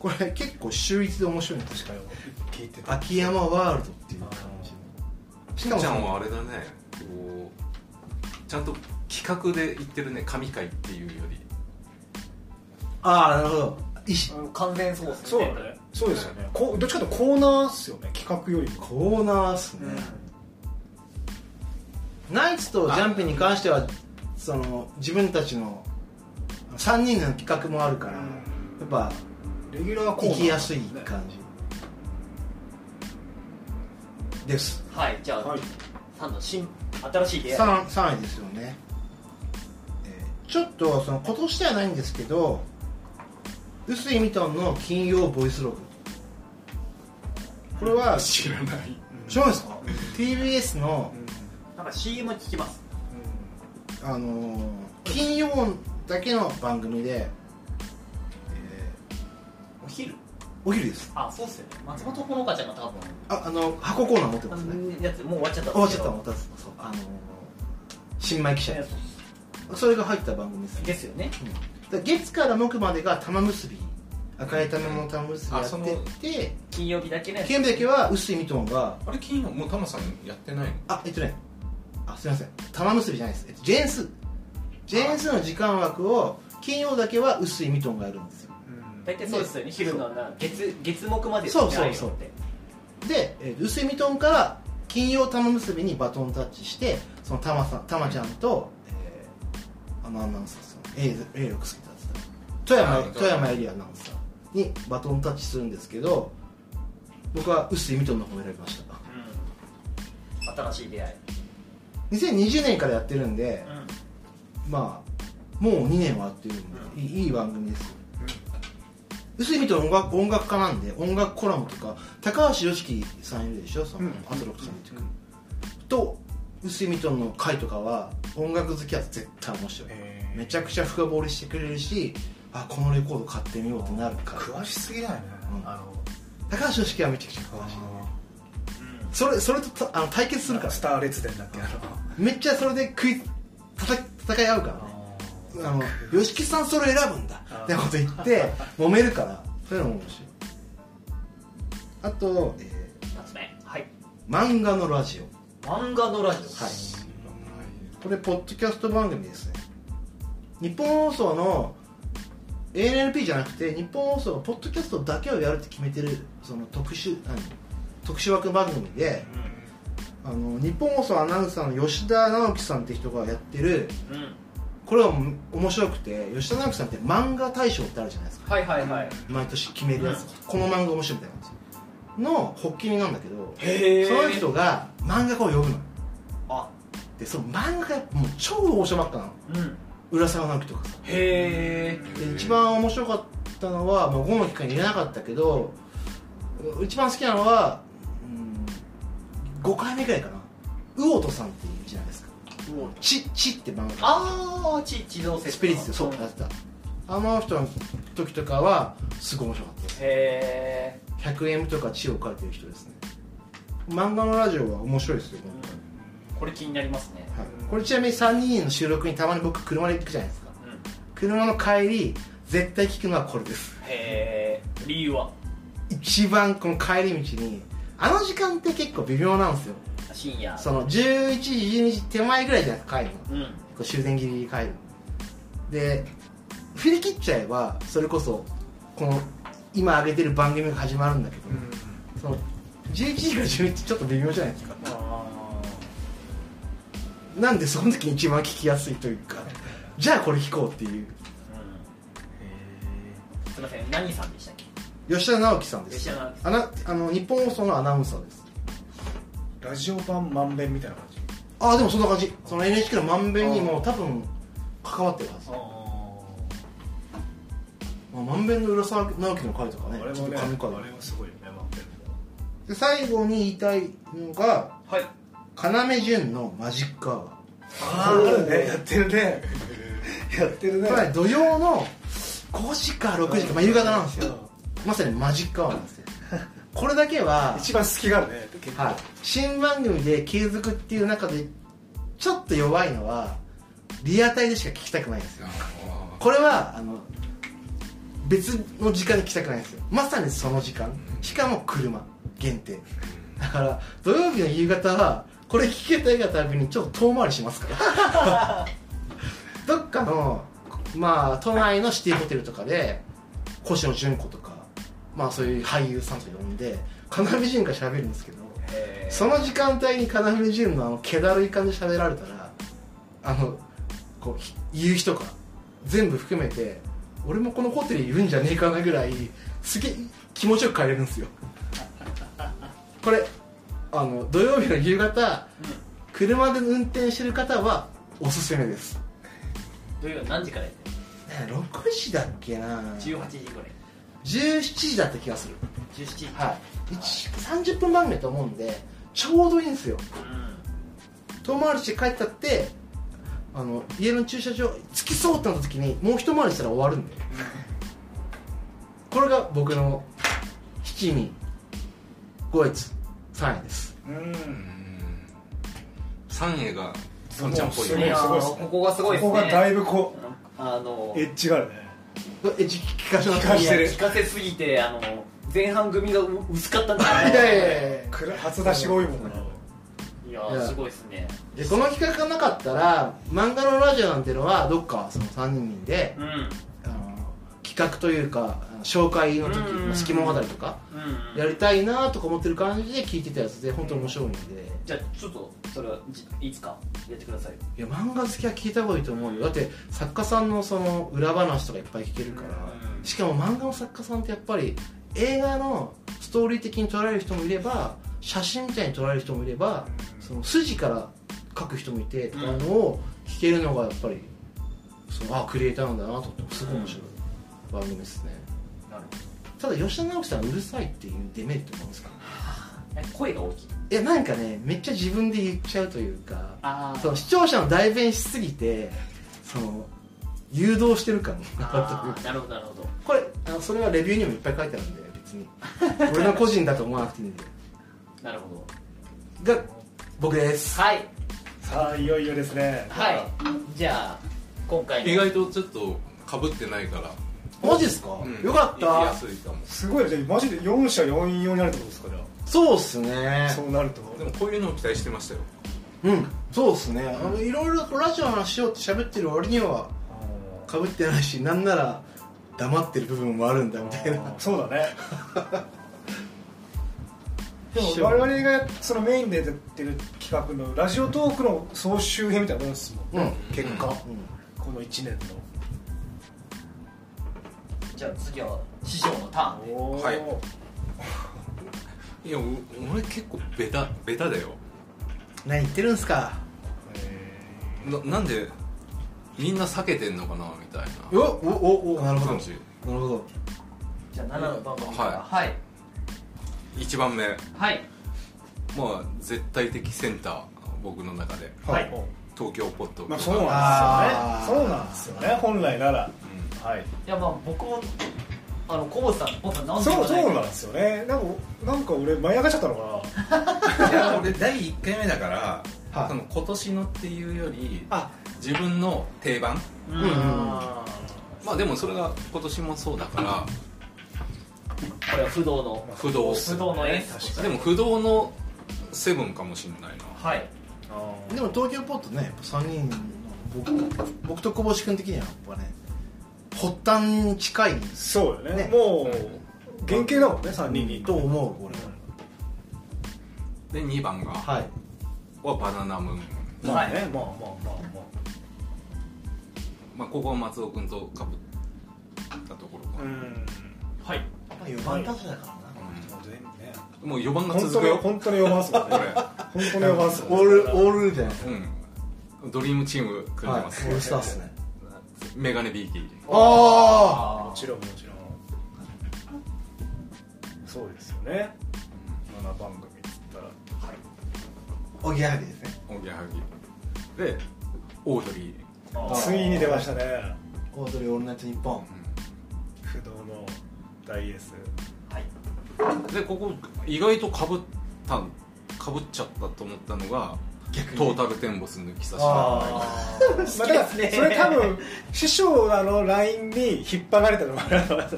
Speaker 2: これ結構秀逸で面白いんです
Speaker 3: 確かに聞いてた
Speaker 2: 秋山ワールドっていう感じし
Speaker 4: し
Speaker 2: か
Speaker 4: か
Speaker 2: も
Speaker 4: ちゃんはあれだねこうちゃんと企画で言ってるね神回っていうより
Speaker 2: ああなるほど石
Speaker 1: うん完全そうです
Speaker 3: そう
Speaker 1: ね
Speaker 3: だねそうですよねこうどっちかというとコーナーっすよね企画よりも
Speaker 2: コーナーっすね、ナイツとジャンピンに関してはその自分たちの3人の企画もあるから、
Speaker 3: うん
Speaker 2: やっぱ
Speaker 3: レギュラーコーナー
Speaker 2: 行きやすい感じです
Speaker 1: はいじゃあ、
Speaker 3: はい
Speaker 1: さんの新新しい出会い
Speaker 2: 3, 3位ですよね、えーちょっとその今年ではないんですけど臼井ミトンの金曜ボイスログこれは
Speaker 4: 知らない
Speaker 2: 知らないですか TBS の
Speaker 3: う、ん
Speaker 1: なんか CM 聞きます
Speaker 2: あのー金曜だけの番組で、え
Speaker 1: お昼
Speaker 2: ーお昼です
Speaker 1: あそうっすよね松本ほのかちゃんが多分
Speaker 2: ああの箱コーナー持って
Speaker 1: あ
Speaker 2: ますね
Speaker 1: のやつもう終わっちゃった
Speaker 2: 終わっちゃった
Speaker 1: ん
Speaker 2: 終
Speaker 1: で
Speaker 2: わったそうあの新米記
Speaker 1: す
Speaker 2: 者
Speaker 1: けど
Speaker 2: それが入った番組です
Speaker 1: ですよね
Speaker 2: だから月から木までが玉結び赤い玉の玉結びやってて
Speaker 1: 金曜日だけね
Speaker 2: 剣だけは臼井ミトンが
Speaker 4: あれ金曜もうタマさんやってないの
Speaker 2: あえっとねあすいません玉結びじゃないです、えっと、ジェーンスジェーンスの時間枠を金曜だけは臼井ミトンがやるんですよ
Speaker 1: 大体そうですよね昼のな月月木まで
Speaker 2: そうそうそう
Speaker 1: ああいのって
Speaker 2: でえっと臼井ミトンから金曜玉結びにバトンタッチしてその玉さん玉ちゃんと、えー、あのアナウンサーさん A- A6 つけたやつだ富山
Speaker 4: はい
Speaker 2: 富山エリアアナウンサーにバトンタッチするんですけど僕は臼井ミトンの方を選びました
Speaker 1: うん新しい出会い
Speaker 2: 2020年からやってるんで、
Speaker 1: うん
Speaker 2: まあもう2年はっていうのもいい,、いい番組ですよ臼井ミトン音楽音楽家なんで音楽コラムとか高橋良樹さんいるでしょその、
Speaker 3: うん
Speaker 2: アトロックさんっていうかと臼井ミトンの回とかは音楽好きは絶対面白い、
Speaker 3: え
Speaker 2: めちゃくちゃ深掘りしてくれるしあこのレコード買ってみようとなるから
Speaker 3: 詳しすぎないね、
Speaker 2: うん
Speaker 3: あの
Speaker 2: 高橋良樹はめちゃくちゃ詳しいそれそれとたあの対決するから
Speaker 3: スター列伝だっけあの
Speaker 2: めっちゃそれで食い戦戦い合うからねあの吉木さんそれ選ぶんだ
Speaker 3: あー
Speaker 2: ってこと言って揉めるからそういうのも面白いあと、え
Speaker 1: 二つ目はい
Speaker 2: ー漫画のラジオ
Speaker 1: 漫画のラジオ
Speaker 2: はいこれポッドキャスト番組ですね日本放送の ANLP じゃなくて日本放送がポッドキャストだけをやるって決めてるその特殊何特殊枠番組であの日本放送アナウンサーの吉田直樹さんって人がやってる
Speaker 1: うんうん
Speaker 2: これはもう面白くて吉田直樹さんって漫画大賞ってあるじゃないですか
Speaker 1: はいはいはい
Speaker 2: 毎年決めるやつ、
Speaker 1: うん
Speaker 2: この漫画面白いみたいなやつの発起人なんだけど
Speaker 1: へ
Speaker 2: その人が漫画家を呼ぶの
Speaker 1: あ
Speaker 2: でその漫画家もう超大所ばっかなの
Speaker 1: うん
Speaker 2: 浦沢直樹とかさ
Speaker 1: へえ
Speaker 2: で一番面白かったのは、まあ、5の機会に入れなかったけどう一番好きなのは、うん、5回目ぐらいかな魚音さんっていうじゃないですか「ち」ちって漫画家
Speaker 1: ああち地蔵説
Speaker 2: スピリッツでそうやってたあの人の時とかはすごい面白かったです
Speaker 1: へえ
Speaker 2: 100M とか地を書いてる人ですね漫画のラジオは面白いですよ、
Speaker 1: これ気になりますね
Speaker 2: はい、これちなみに3人の収録にたまに僕車で行くじゃないですか
Speaker 1: うん
Speaker 2: 車の帰り絶対聞くのはこれです
Speaker 1: へえ理由は
Speaker 2: 一番この帰り道にあの時間って結構微妙なんですよ
Speaker 1: 深夜
Speaker 2: その11時12時手前ぐらいじゃないですか帰るの
Speaker 1: うん
Speaker 2: こう終電ギリギリ帰るで振り切っちゃえばそれこそこの今上げてる番組が始まるんだけど、その11時から11時ちょっと微妙じゃないですか
Speaker 1: あ
Speaker 2: なんでその時に一番聞きやすいというかじゃあこれ聞こうっていう
Speaker 1: ーうんすいません何さんでしたっけ
Speaker 2: 吉田直樹さんです
Speaker 1: 吉田直樹
Speaker 2: あなあの日本放送のアナウンサーです
Speaker 3: ラジオ版まんべんみたいな感じ
Speaker 2: ああでもそんな感じその NHK のまんべんにも多分関わってるはず
Speaker 3: ああ
Speaker 2: まあまんべんの浦沢直樹の回とかね
Speaker 3: れ
Speaker 2: ちょ
Speaker 3: も
Speaker 2: っと
Speaker 3: ね
Speaker 2: 神回
Speaker 3: あれはすごいよねまんべんも
Speaker 2: で最後に言いたいのが
Speaker 1: はい
Speaker 2: 要潤のマジックアワ
Speaker 3: ああるねやってるねやってる
Speaker 2: ー
Speaker 3: ね
Speaker 2: これは土曜の5時か6時か、まあ、夕方なんですよまさにマジックアワーなんです よこれだけは
Speaker 3: 一番隙があるね結構
Speaker 2: はい、新番組で継続っていう中でちょっと弱いのはリアタイでしか聞きたくないんですよこれはあの別の時間に聞きたくないんですよまさにその時間しかも車限定だから土曜日の夕方はこれ聞けたいがたびにちょっと遠回りしますから どっかのまあ都内のシティホテルとかで越野純子とかまあそういう俳優さんとか呼んで要潤が喋るんですけど
Speaker 1: へ
Speaker 2: その時間帯に要潤のあの気だるい感じで喋られたらあのこうひ夕日とか全部含めて俺もこのホテルいるんじゃねえかなぐらいすげえ気持ちよく帰れるんですよこれあの土曜日の夕方車で運転してる方はおすすめです
Speaker 1: 土曜何時からやってる
Speaker 2: ね6時だっけな
Speaker 1: 18時ぐらい
Speaker 2: 17時だった気がする
Speaker 1: 17時
Speaker 2: はい、一30分番組と思うんでちょうどいいんですよ
Speaker 1: うん
Speaker 2: 遠回りして帰ったってあの家の駐車場着きそうってなった時にもう一回りしたら終わるんでこれが僕の七味五越三重です
Speaker 3: うん
Speaker 4: 三栄がとんちゃんっぽい
Speaker 3: もう
Speaker 4: よ
Speaker 3: い
Speaker 4: ね
Speaker 3: やすごいっすね
Speaker 1: ここがすごいですね
Speaker 3: ここがだいぶこう
Speaker 1: あの
Speaker 3: エッジがあるね
Speaker 2: えじ聞かせま
Speaker 3: 聞か
Speaker 2: す
Speaker 3: せてる
Speaker 1: いや聞かせすぎてあの前半組がう薄かったんじゃない
Speaker 2: いやいやいや
Speaker 3: くら初出しが多いもんない
Speaker 1: やすごいですね
Speaker 2: でこの企画がなかったら漫画のラジオなんてのはどっかその3人で
Speaker 1: うんうん
Speaker 2: あの企画というかあの紹介の時
Speaker 1: うんうんうん
Speaker 2: まあ隙間語りとか
Speaker 1: うん
Speaker 2: やりたいなとか思ってる感じで聞いてたやつで本当に面白いんで
Speaker 1: じゃあちょっとそれはじいつかやってください
Speaker 2: いや漫画好きは聞いた方がいいと思うよだって作家さんのその裏話とかいっぱい聞けるから
Speaker 1: うん
Speaker 2: しかも漫画の作家さんってやっぱり映画のストーリー的に捉える人もいれば写真みたいに捉える人もいればその筋から書く人もいてとかいうのを聞けるのがやっぱりそのあクリエイターなんだなと思ってすごい面白い番組ですね
Speaker 1: なるほ
Speaker 2: ただ吉田直樹さんうるさいっていうデメリットなんですか
Speaker 1: どえ声が大きい
Speaker 2: いやなんかねめっちゃ自分で言っちゃうというか
Speaker 1: あ
Speaker 2: その視聴者の代弁しすぎてその誘導してる感があったというか
Speaker 1: ーなるほどなるほど
Speaker 2: これあのそれはレビューにもいっぱい書いてあるんで別に 俺の個人だと思わなくていいんで
Speaker 1: なるほど
Speaker 2: が僕です
Speaker 1: はい
Speaker 3: さあいよいよですね
Speaker 1: はいじゃあ今回の
Speaker 4: 意外とちょっとかぶってないから
Speaker 2: マジですか、
Speaker 4: うん
Speaker 2: よかっ
Speaker 4: 行き
Speaker 2: た
Speaker 4: やすいかも
Speaker 3: すごいじゃあマジで4社4用になるってことですかじゃ
Speaker 2: そうっす
Speaker 3: あ
Speaker 2: ね
Speaker 3: そうなると
Speaker 4: でもこういうのを期待してましたよ
Speaker 2: うんそうっすねあのいろいろラジオの話しようって喋ってる割にはかぶってないしなんなら黙ってる部分もあるんだみたいな
Speaker 3: そうだね で
Speaker 2: 師
Speaker 3: も
Speaker 2: 匠
Speaker 3: 我々がそのメインでやってる企画のラジオトークの総集編みたいなもんですもんね、
Speaker 4: うん
Speaker 3: 結果、
Speaker 2: うん
Speaker 3: この1年
Speaker 1: じゃあ次は師匠のターン
Speaker 3: の
Speaker 1: で
Speaker 3: おー
Speaker 4: はいいやお俺結構ベタベタだよ
Speaker 2: 何言ってるんすか
Speaker 3: え
Speaker 4: ななんでみんな避けてんのかなみたい
Speaker 2: おおおおなる
Speaker 4: な
Speaker 2: ほど
Speaker 4: 感
Speaker 2: な
Speaker 4: じ
Speaker 2: るほど
Speaker 1: じゃあ7の番組から
Speaker 4: は
Speaker 1: はい
Speaker 4: 1番目
Speaker 1: はい
Speaker 4: まあ絶対的センター僕の中で
Speaker 1: はい
Speaker 4: 東京ポット
Speaker 3: まあ、そうなん
Speaker 2: あー
Speaker 3: ですよねそうなんですよね本来なら、はい
Speaker 1: いやまあ僕もあのコボさんコボさん何で
Speaker 3: そう
Speaker 1: もない
Speaker 3: そうなんですよねなんかなんか俺舞い上がっちゃったのかない
Speaker 4: や俺第1回目だから、
Speaker 2: はい
Speaker 4: その今年のっていうより
Speaker 3: あ
Speaker 4: 自分の定番
Speaker 1: うん
Speaker 2: うん
Speaker 4: まあでもそれが今年もそうだか
Speaker 1: これは不動の
Speaker 4: ら不動っす
Speaker 1: 不動の S
Speaker 3: 確
Speaker 4: でも不動のセブンかもしんないな
Speaker 1: はい
Speaker 3: あー
Speaker 2: でも東京ポットねやっぱ3人の僕僕と小星君的にはやっぱね発端に近い
Speaker 3: そうよね
Speaker 2: ね
Speaker 3: もう原型だもんね3人に
Speaker 2: と思う俺
Speaker 4: で2番が、
Speaker 2: ははい
Speaker 4: はバナナムーン、
Speaker 3: まあねまあまあまあま
Speaker 4: まあ、ここは松尾君とかぶったところ
Speaker 3: あ
Speaker 4: か、
Speaker 3: ん
Speaker 1: はい
Speaker 2: 4番達者だから
Speaker 3: もう全部ね
Speaker 4: もう4番が
Speaker 3: 本
Speaker 4: 続
Speaker 3: 当
Speaker 4: く
Speaker 3: に
Speaker 4: よ
Speaker 3: 本当に読ますもんね
Speaker 4: こ
Speaker 3: 本当に読ます
Speaker 2: オールオールじゃない
Speaker 4: うんドリームチーム組ん
Speaker 2: はい
Speaker 4: で
Speaker 2: オ
Speaker 4: ます、
Speaker 2: ールスターっすね
Speaker 4: メガネビーキー
Speaker 2: あ
Speaker 1: あ
Speaker 3: もちろんもちろんそうですよね7番組っつったら
Speaker 2: あおぎやはぎですね
Speaker 4: おぎやはぎでオードリ
Speaker 1: あ
Speaker 3: ついに出ましたね
Speaker 2: オードリーオールナイトニッポン
Speaker 3: 不動の大エース
Speaker 1: はい
Speaker 4: ーでここ意外とかぶったかぶっちゃったと思ったのが
Speaker 2: 逆
Speaker 4: トータルテンボス抜き差し
Speaker 1: あー
Speaker 3: まあ、だからそれ多分師匠のあの LINE に引っ張られたのもあるから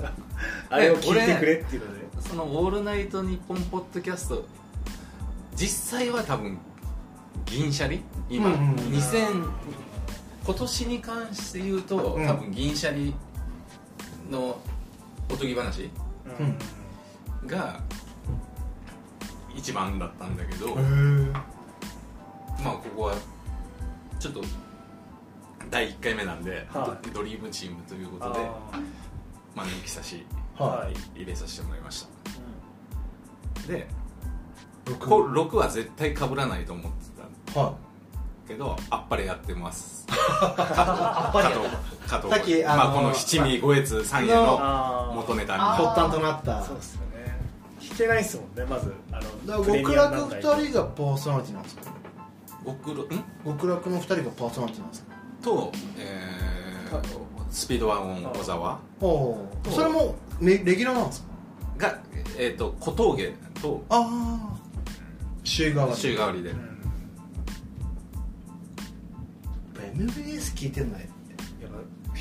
Speaker 3: あれを聞いてくれっていうので
Speaker 4: その「オールナイトニッポン」ポッドキャスト実際は多分銀シャリ今、
Speaker 2: うんうん
Speaker 4: 2000今年に関して言うと、
Speaker 2: うん
Speaker 4: 多分銀シャリのおとぎ話
Speaker 2: うん
Speaker 4: が一番だったんだけど、
Speaker 2: へ
Speaker 4: まあここはちょっと第1回目なんで、
Speaker 3: は
Speaker 4: ドリームチームということで
Speaker 3: あ
Speaker 4: まあ抜き差し
Speaker 2: えは
Speaker 3: はい
Speaker 4: 入れさせてもらいましたで
Speaker 2: い6
Speaker 4: こ6は絶対被らないと思ってた
Speaker 2: は
Speaker 4: けどあっぱれやってます
Speaker 1: あっぱりやった
Speaker 4: 加藤加藤
Speaker 2: さっきあの
Speaker 4: まあ、この七味五越三重の
Speaker 3: あー
Speaker 4: 元ネタみ
Speaker 1: あ
Speaker 4: たい
Speaker 2: 発
Speaker 4: な
Speaker 2: 端となった
Speaker 3: そうですよね聞けないですもんねまずあの
Speaker 2: だから
Speaker 3: プレ
Speaker 2: 極
Speaker 3: ミア
Speaker 2: 楽
Speaker 3: ム団体
Speaker 2: 2人がパーソナリティなんですか
Speaker 4: 極楽ん
Speaker 2: 極楽の2人がパーソナリティなんですか
Speaker 4: と、えースピードワゴン小沢
Speaker 2: おおそれもめレギュラーなんですか
Speaker 4: が、えっと小峠と
Speaker 2: ああ週替わり
Speaker 4: 週替わりで、
Speaker 2: やっぱ MBS 聞いてんのよ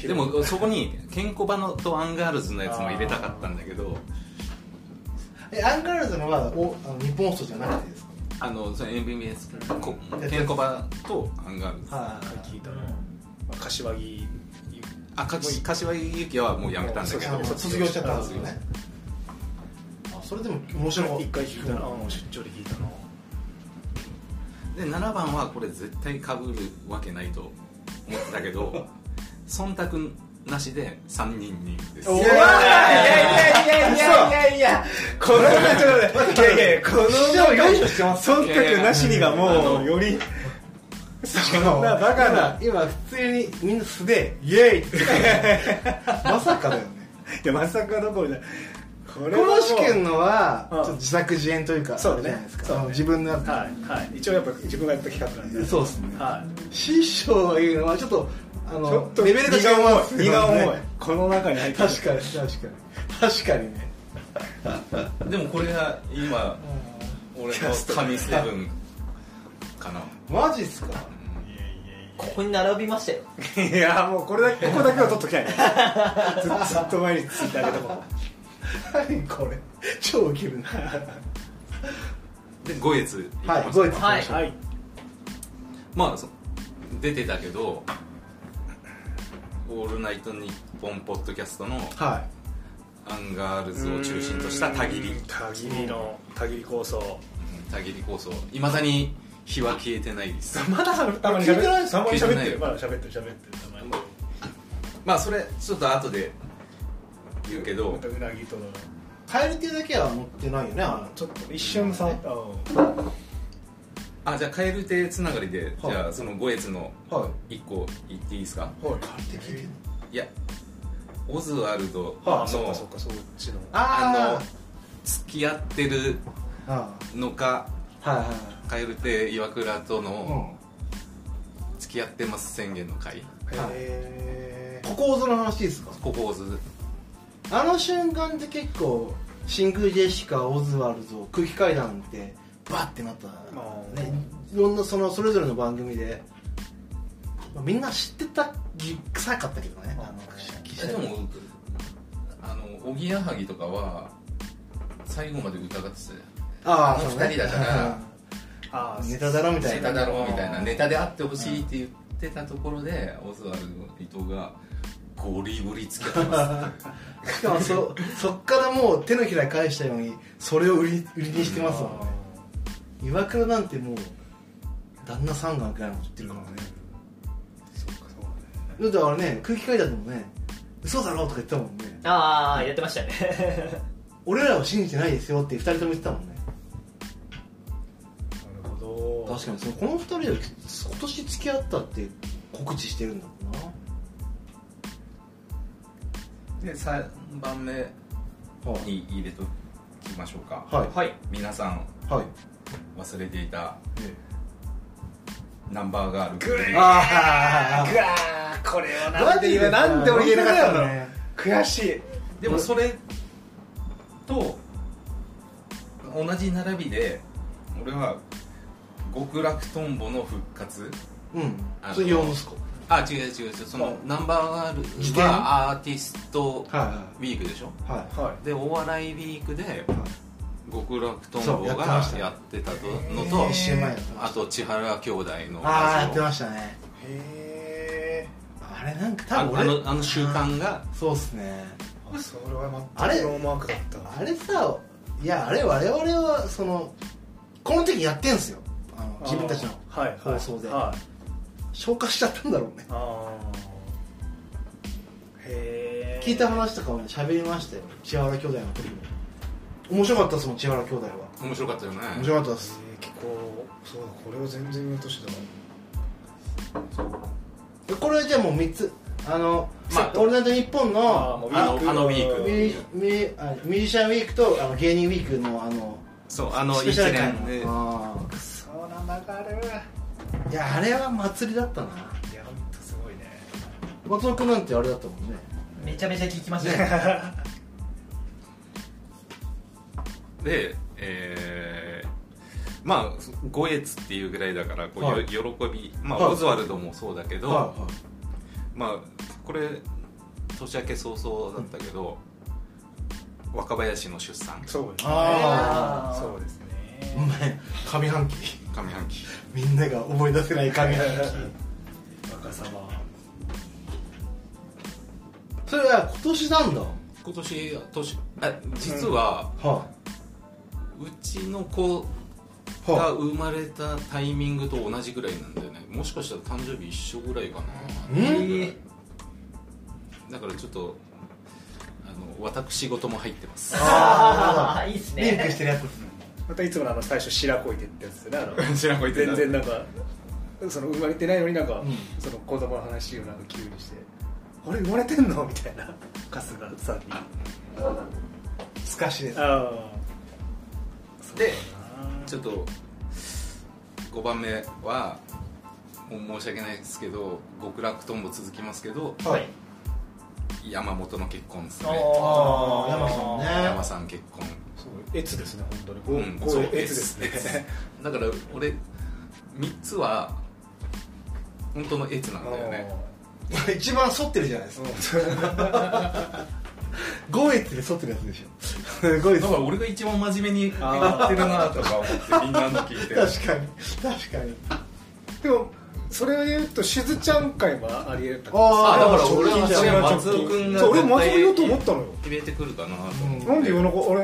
Speaker 4: でもそこにケンコバのとアンガールズのやつも入れたかったんだけど
Speaker 2: えアンガールズのはおあの日本放送じゃなくてですか
Speaker 4: あのその MBS こケンコバとアンガールズ
Speaker 2: はい
Speaker 3: 聞いたら、まあ、柏木
Speaker 4: あかち柏木由紀はもうやめたんだけど
Speaker 3: そうそう
Speaker 2: 卒業しちゃったんですよねあそれでも面白かった
Speaker 3: 一回聞いたなうん出張で聞いたな
Speaker 4: で7番はこれ絶対かぶるわけないと思ってた けど忖度なしで3人にです
Speaker 3: お
Speaker 2: い
Speaker 3: い
Speaker 2: や
Speaker 3: や
Speaker 2: い
Speaker 3: い
Speaker 2: や
Speaker 3: やいやいやいやいやいやこのちょっと待っていやいやこの
Speaker 2: してます
Speaker 3: 忖度なしにがもうより
Speaker 2: し
Speaker 3: そ
Speaker 2: か
Speaker 3: ん
Speaker 2: も
Speaker 3: なバカな
Speaker 2: 今今普通にみんな素でイエーイって言 ってたまさかだよね
Speaker 3: いやまさかどころじゃないこ
Speaker 2: 小
Speaker 3: もう
Speaker 2: 林君のはち
Speaker 3: うん
Speaker 2: ょっと自作自演というか
Speaker 3: そうね
Speaker 2: じゃないですか
Speaker 3: そうね
Speaker 2: あの自分のやつ
Speaker 3: はいはい一応やっぱ自分がやった企画なんで
Speaker 2: そうですね
Speaker 3: はい
Speaker 2: 師匠いうのはちょっとあ
Speaker 3: ちょ
Speaker 2: の
Speaker 3: っと
Speaker 2: レベルが違います
Speaker 3: 荷が重い荷
Speaker 2: ね
Speaker 3: が重いこの中に入ってる
Speaker 2: 確かに確かに確かにね
Speaker 4: でもこれが今俺の神セブンかな
Speaker 2: マジっすか
Speaker 1: ここに並びましたよ
Speaker 3: いやもうこれだけここだけは取っときたいねずずっと前についてあげたも
Speaker 2: 何これ超ウケるな
Speaker 4: で5月行きま
Speaker 2: はい
Speaker 4: した
Speaker 2: ドイツ行きましょう
Speaker 3: はい
Speaker 4: まあそ出てたけど「オールナイトニッポン」ポッドキャストの
Speaker 2: は
Speaker 4: アンガールズを中心としたたぎり
Speaker 3: たぎりのたぎり構想
Speaker 4: たぎり構想いまだに日は消えてないです
Speaker 3: まだたまに
Speaker 2: 聞いてない
Speaker 3: 喋たまに喋っ
Speaker 4: 聞いてな
Speaker 3: て
Speaker 4: いよ
Speaker 3: るまだ喋ってる喋ってるたまに
Speaker 4: まあそれちょっと後で言うけど
Speaker 3: またうなぎとの
Speaker 2: い蛙亭だけは乗ってないよねあの
Speaker 3: ちょっと一瞬触ったうん
Speaker 4: あじゃあ蛙亭つながりでじ
Speaker 2: はい
Speaker 4: ゃあその五越の
Speaker 2: はい
Speaker 4: 一個言っていいですか
Speaker 3: はい
Speaker 2: 蛙亭聞いてんの
Speaker 4: いやオズワルド
Speaker 3: あそっかそっ
Speaker 4: の
Speaker 3: かそっちの
Speaker 4: あ
Speaker 2: あ
Speaker 4: の付き合ってる
Speaker 2: ーあ
Speaker 4: のか
Speaker 2: ーはいはい
Speaker 4: 蛙亭岩倉との
Speaker 2: は
Speaker 4: 付き合ってます宣言の回
Speaker 2: はい
Speaker 3: へ
Speaker 2: いうんここぞの話ですか
Speaker 4: ここオズ
Speaker 2: あの瞬間って結構真空ジェシカオズワルド空気階段ってバッてなった、
Speaker 3: ー
Speaker 2: ね、いろんなそのそれぞれの番組でまあみんな知ってたぎ臭かったけどねあの
Speaker 4: えでもあのおぎやはぎとかは最後まで疑ってたじ
Speaker 2: ああ
Speaker 4: この
Speaker 2: そうね
Speaker 4: 二人だ から
Speaker 3: あー
Speaker 2: ネタだろみ
Speaker 4: ゃん
Speaker 2: た
Speaker 4: ネ
Speaker 2: い
Speaker 4: タ
Speaker 2: な
Speaker 4: だろうみたいなネタであってほしいって言ってたところでオズワルドの伊藤がゴリゴリ付き合ってます
Speaker 2: しかもそそっからもう手のひら返したようにそれを売り売りにしてますもんね岩倉なんてもう旦那さんがぐらいのこと言ってるからね
Speaker 3: そっかそうだ
Speaker 2: だってあれね空気階段でもね嘘だろうとか言ってたもんね
Speaker 1: ああやってま したね
Speaker 2: 俺らを信じてないですよって二人とも言ってたもんね
Speaker 3: ねなるほど
Speaker 2: 確かにそのこの二人は今年付き合ったって告知してるんだもん
Speaker 4: で3番目
Speaker 2: なはい
Speaker 4: に入れときましょうか
Speaker 2: はい
Speaker 1: はい
Speaker 4: 皆さん
Speaker 2: はい
Speaker 4: 忘れていた
Speaker 2: え
Speaker 4: ナンバーガール
Speaker 2: えあ
Speaker 3: うわーこれは
Speaker 2: あ
Speaker 3: なんで言えなんで俺言えなかったんだろう
Speaker 2: ね
Speaker 3: 悔しい
Speaker 4: でもそれと同じ並びで俺は極楽とんぼの復活
Speaker 2: う
Speaker 4: あ
Speaker 2: ん
Speaker 4: の
Speaker 2: それ用ですか
Speaker 4: あ違う違う違うそのナンバーガ
Speaker 2: 辞
Speaker 4: ール
Speaker 2: 典
Speaker 4: はアーティスト
Speaker 2: は
Speaker 4: ウィークでしょ
Speaker 2: いはいは
Speaker 3: は
Speaker 4: でお笑いウィークで
Speaker 2: いは
Speaker 4: 極楽とん
Speaker 2: そう
Speaker 4: ぼ
Speaker 2: やってま
Speaker 4: が
Speaker 2: した
Speaker 4: やってたとの
Speaker 2: い
Speaker 4: と
Speaker 2: 一週前やってま
Speaker 4: あ
Speaker 2: した
Speaker 4: と千原兄弟の
Speaker 2: ああや
Speaker 4: ラ
Speaker 2: っ
Speaker 4: ジ
Speaker 2: て
Speaker 4: オ
Speaker 2: ましたね
Speaker 3: いへえ
Speaker 2: あれなんか
Speaker 4: あ
Speaker 2: 多分
Speaker 4: あ
Speaker 2: 俺
Speaker 4: のあの習慣が
Speaker 2: そうっすね
Speaker 3: それは
Speaker 2: あれ
Speaker 3: 全くノーマークだった
Speaker 2: あれさいやあれ我々はそのこの時やってんすよあの自分たちの
Speaker 3: あーはいはい
Speaker 2: 放送で
Speaker 3: はい
Speaker 2: 消化しちゃったんだろうね
Speaker 3: あーへえ
Speaker 2: 聞いた話とかもね喋りましたよ千原兄弟の時も面白かったですもん千原兄弟は
Speaker 4: 面白かったよね
Speaker 2: 面白かったです
Speaker 3: えー結構そうだこれは全然見落としてたわ
Speaker 2: でこれじゃあもう3つあの「
Speaker 4: まあ
Speaker 2: オールナイトニッポン
Speaker 3: あー
Speaker 2: の
Speaker 3: も」う
Speaker 4: あの
Speaker 3: ウィーク
Speaker 4: あのウィーク
Speaker 2: ミューミューあミュージシャンウィークとあの芸人ウィークのあの
Speaker 4: そうあの
Speaker 2: ス
Speaker 4: 一
Speaker 2: ペシャル回
Speaker 4: 年
Speaker 2: の
Speaker 4: で
Speaker 2: あ
Speaker 3: そうなんだかあれい
Speaker 2: ーいやあれは祭りだったな
Speaker 3: やほんとすごいね
Speaker 2: 松 尾君なんてあれだったもんね
Speaker 1: めちゃめちゃ聞きましたね
Speaker 4: で、えーまあ五越っていうぐらいだからこう、
Speaker 2: はい
Speaker 4: よ喜び、まあ
Speaker 2: はい
Speaker 4: オズワルドもそうだけど、
Speaker 2: はいはい
Speaker 4: まあこれ年明け早々だったけど、若林の出産
Speaker 3: そうですね
Speaker 2: あ
Speaker 1: ー
Speaker 3: そうですね
Speaker 2: お前上半期
Speaker 4: 上半期
Speaker 2: みんなが思い出せない上半期
Speaker 3: 若さま
Speaker 2: それは今年なんだ
Speaker 4: 今年年あ実は、
Speaker 2: は
Speaker 4: うちの子
Speaker 2: い
Speaker 4: が
Speaker 2: は
Speaker 4: 生まれたタイミングと同じぐらいなんだよねもしかしたら誕生日一緒ぐらいか
Speaker 2: い
Speaker 4: な、
Speaker 2: ん
Speaker 4: だからちょっとあの私事も入ってます
Speaker 1: ああいいっす
Speaker 2: リンク
Speaker 1: ね
Speaker 2: してるやつ
Speaker 3: またいつものあの最初白子いてってやつですよねあの
Speaker 4: 白子いてた
Speaker 3: 全然なんかその生まれてないのになんか、
Speaker 2: うん
Speaker 3: その子供の話をなんか急にして「あれ生まれてんの?」みたいな春日さんに
Speaker 2: すかしです
Speaker 3: あ
Speaker 4: で
Speaker 3: あ
Speaker 4: ちょっと5番目はもう申し訳ないですけど極楽とんぼ続きますけど
Speaker 2: はい
Speaker 4: 山本の結婚です
Speaker 1: お
Speaker 4: ね
Speaker 2: ああ山さんね
Speaker 4: 山さん結婚
Speaker 3: そうエツですね本当
Speaker 4: う
Speaker 3: に
Speaker 4: ん
Speaker 3: こうこうエツです
Speaker 4: エツ
Speaker 3: ね
Speaker 4: だから俺3つは本当のエツなんだよね
Speaker 2: 一番反ってるじゃないですか5越で反ってるやつでしょ5
Speaker 4: だ
Speaker 2: 越
Speaker 4: から俺が一番真面目にやってるなとか思ってみんなの聞いて
Speaker 2: 確かに確かに
Speaker 3: でもそれを言うとしずちゃん会はありえたか
Speaker 2: あ
Speaker 4: あだから
Speaker 2: 俺
Speaker 4: 俺
Speaker 2: は
Speaker 4: は
Speaker 2: 違う
Speaker 4: 松尾君が
Speaker 3: そう俺も松尾言おうと思ったのよ
Speaker 4: 入れてくるかなと思って
Speaker 2: うん
Speaker 3: なんで世の子俺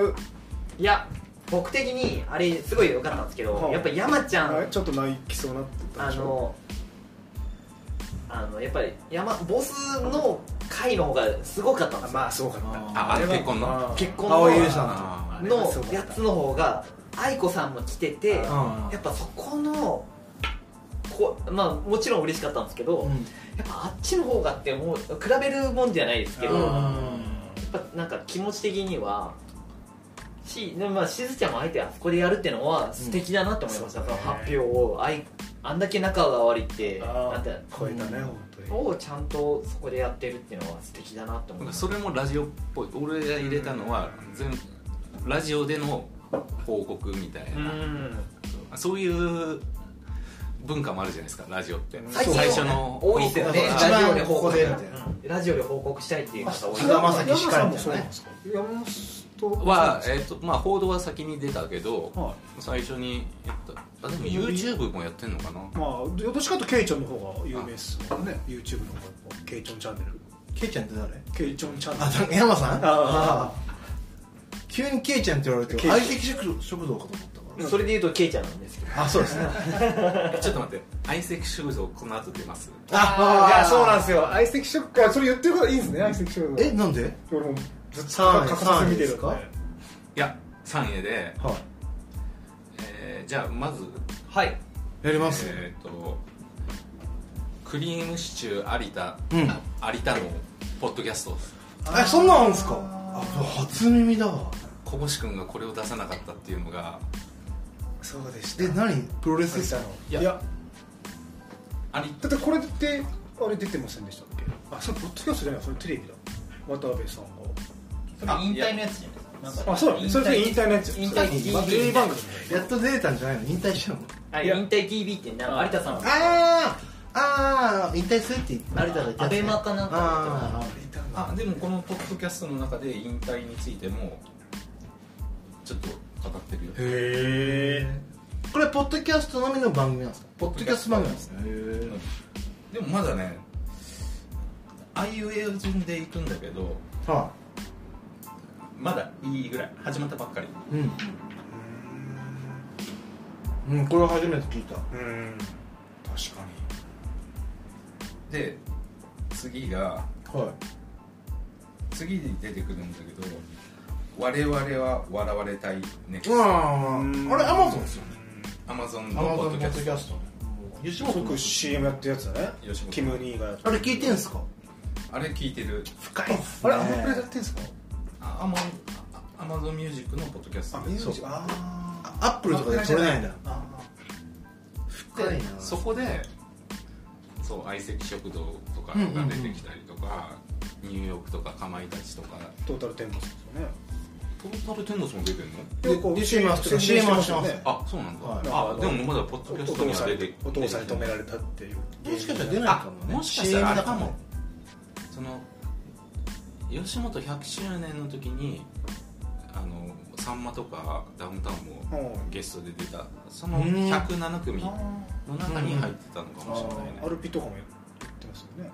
Speaker 1: いや僕的にあれすごい良かったんですけ
Speaker 3: は
Speaker 1: ど
Speaker 3: い
Speaker 1: やっぱ山ちゃ
Speaker 3: あれ
Speaker 1: ん
Speaker 3: ちょっと泣きそうになってた
Speaker 1: あ
Speaker 3: でしょ
Speaker 1: のあのやっぱり山ボスの回の方がすごかったんで
Speaker 3: あ
Speaker 1: すよ
Speaker 3: まあそうかな
Speaker 4: ああれ結婚の
Speaker 3: あー
Speaker 1: 結婚
Speaker 2: 青井優
Speaker 1: の
Speaker 2: さん
Speaker 4: あ
Speaker 3: あれはす
Speaker 1: の
Speaker 3: ごかった
Speaker 1: やつの方が愛子さんも来てて
Speaker 3: うん
Speaker 1: やっぱそこのこまあもちろん嬉しかったんですけど、
Speaker 2: うん
Speaker 1: やっぱあっちの方がって思う比べるもんじゃないですけど、
Speaker 2: うん
Speaker 1: やっぱなんか気持ち的にはし,、まあ、しずちゃんもあえてあそこでやるってのは素敵だなって思いました、
Speaker 3: うん
Speaker 1: そ
Speaker 3: そう
Speaker 1: の
Speaker 3: だね
Speaker 1: 発表をあいあんだけ仲が悪いって
Speaker 3: あ
Speaker 1: なんて
Speaker 3: ー超えたね本当に
Speaker 1: をちゃんとそこでやってるっていうのは素敵だなって思いました
Speaker 4: それもラジオっぽい俺が入れたのは全ラジオでの報告みたいうな、
Speaker 1: ん
Speaker 4: そういう文化もあるじゃないですかラジオって
Speaker 1: 最近
Speaker 4: 初の
Speaker 1: 多いですよね
Speaker 2: そう
Speaker 1: ラジオで報告
Speaker 2: 一番ここでみたいな
Speaker 1: うんラジオで報告したいっていう方多い
Speaker 2: 菅田将暉司会みたいなね
Speaker 3: 山さんもそうなんですか山本
Speaker 4: は、えっとまあ、報道は先に出たけど
Speaker 3: は
Speaker 4: 最初にやったあでも YouTube もやってんのかない
Speaker 3: まあどっちかというとケイチョンの方が有名っすもんね YouTube の方がケイチョンチャンネル
Speaker 2: ケイちゃんって誰
Speaker 3: ケイチョンチャンネル
Speaker 2: あだ山さん
Speaker 3: ああ
Speaker 2: 急にケイちゃんって言われて
Speaker 3: ケイ
Speaker 2: 相席食食堂かと思ったか
Speaker 1: それで言うとケイちゃんなんですけど
Speaker 2: らあそうですね
Speaker 4: ちょっと待って相席食堂この後出ます
Speaker 3: ああいやそうなん
Speaker 2: す
Speaker 3: ですよ相席食堂それ言ってることいいんですね相席食堂
Speaker 2: えなんで
Speaker 3: 俺もずっと
Speaker 2: 三位
Speaker 3: 欠かさず見てるんで
Speaker 2: 三位
Speaker 4: いや3位で、
Speaker 2: はい
Speaker 4: えーじゃあまず
Speaker 1: はい
Speaker 2: やります
Speaker 4: えっ、とクリームシチュー有田、
Speaker 2: うん
Speaker 4: あ有田のポッドキャスト
Speaker 2: えそんなんあるんすかあ初耳だわ
Speaker 4: 小星君がこれを出さなかったっていうのが
Speaker 3: そうでした
Speaker 2: え何プロレスですか
Speaker 3: の
Speaker 4: い
Speaker 3: い
Speaker 4: や
Speaker 3: や
Speaker 4: あり
Speaker 3: だってこれってあれ出てませんでしたっけあそれポッドキャストじゃないそれテレビだ渡辺さん
Speaker 4: あ
Speaker 5: 引退のやつじゃないですか
Speaker 3: があそうだねそれで引退のやつ
Speaker 1: 引退
Speaker 3: それ
Speaker 1: TV
Speaker 3: 番組番組
Speaker 2: やっと出れたんじゃないの引退したの
Speaker 1: あ
Speaker 3: いや
Speaker 1: 引退 TV ってなんか有田さんは
Speaker 2: あーあー引退するって言って有田が言ってたやつね
Speaker 1: アベマかなんかだ
Speaker 2: あ
Speaker 4: あでもこのポッドキャストの中で引退についてもちょっと語ってるよ
Speaker 2: ーへえこれポッドキャストのみの番組なんですかポッドキャスト番組なんですねへ
Speaker 4: でもまだねああいう映順で行くんだけど
Speaker 2: えは
Speaker 4: まだいいぐらい始まったばっかり
Speaker 2: いうんうんこれ初めて聞いた
Speaker 3: うん確かに
Speaker 4: で次が
Speaker 2: はい
Speaker 4: 次に出てくるんだけど我々は笑われたいね
Speaker 2: うわーあれアマゾンですよね
Speaker 4: アマゾン
Speaker 2: ア
Speaker 4: の
Speaker 2: マ
Speaker 4: ポ
Speaker 2: ゾ
Speaker 4: ッ
Speaker 2: ンポ
Speaker 4: ドキ
Speaker 2: ッ
Speaker 4: ャ
Speaker 2: ド
Speaker 4: ス
Speaker 2: キ
Speaker 4: ト
Speaker 2: ャスト吉
Speaker 3: すごく CM やってるやつだね
Speaker 4: 吉本
Speaker 3: キム・ニーがやって
Speaker 2: あれ聞いてんすか
Speaker 4: あれ聞いてる
Speaker 2: 深いっす
Speaker 3: あ
Speaker 2: ね
Speaker 3: れあんまりやってんすか
Speaker 4: あアマアマゾンミュージックのポッドキャストで
Speaker 2: そう
Speaker 3: ああ
Speaker 2: アップルとかで撮れないんだ
Speaker 3: あ
Speaker 2: 深いな
Speaker 4: そこでそう相席食堂とかが出てきたりとか、ニューヨークとかかまいたちとか
Speaker 3: トータルテンボスですよね
Speaker 4: トータルテンダスも出てんの
Speaker 2: 結構 CM してます CM はしてますね
Speaker 4: あそうなんだ、
Speaker 2: はい
Speaker 4: あでもまだポッドキャ
Speaker 3: お
Speaker 4: スト
Speaker 3: 父
Speaker 4: には
Speaker 3: さん
Speaker 4: 出て
Speaker 3: お父さんに止め
Speaker 4: れ
Speaker 3: られたっていう
Speaker 2: もしかしたら出ないかもね
Speaker 4: あもしかしたらあれか
Speaker 2: CM だ
Speaker 4: もその吉本100周年の時にあのさんまとかダウンタウンも
Speaker 3: うん
Speaker 4: ゲストで出たその
Speaker 2: うん
Speaker 4: 107組の
Speaker 3: あ
Speaker 4: 中に入ってたのかもしれないね
Speaker 3: ーアルピとかも言ってますよね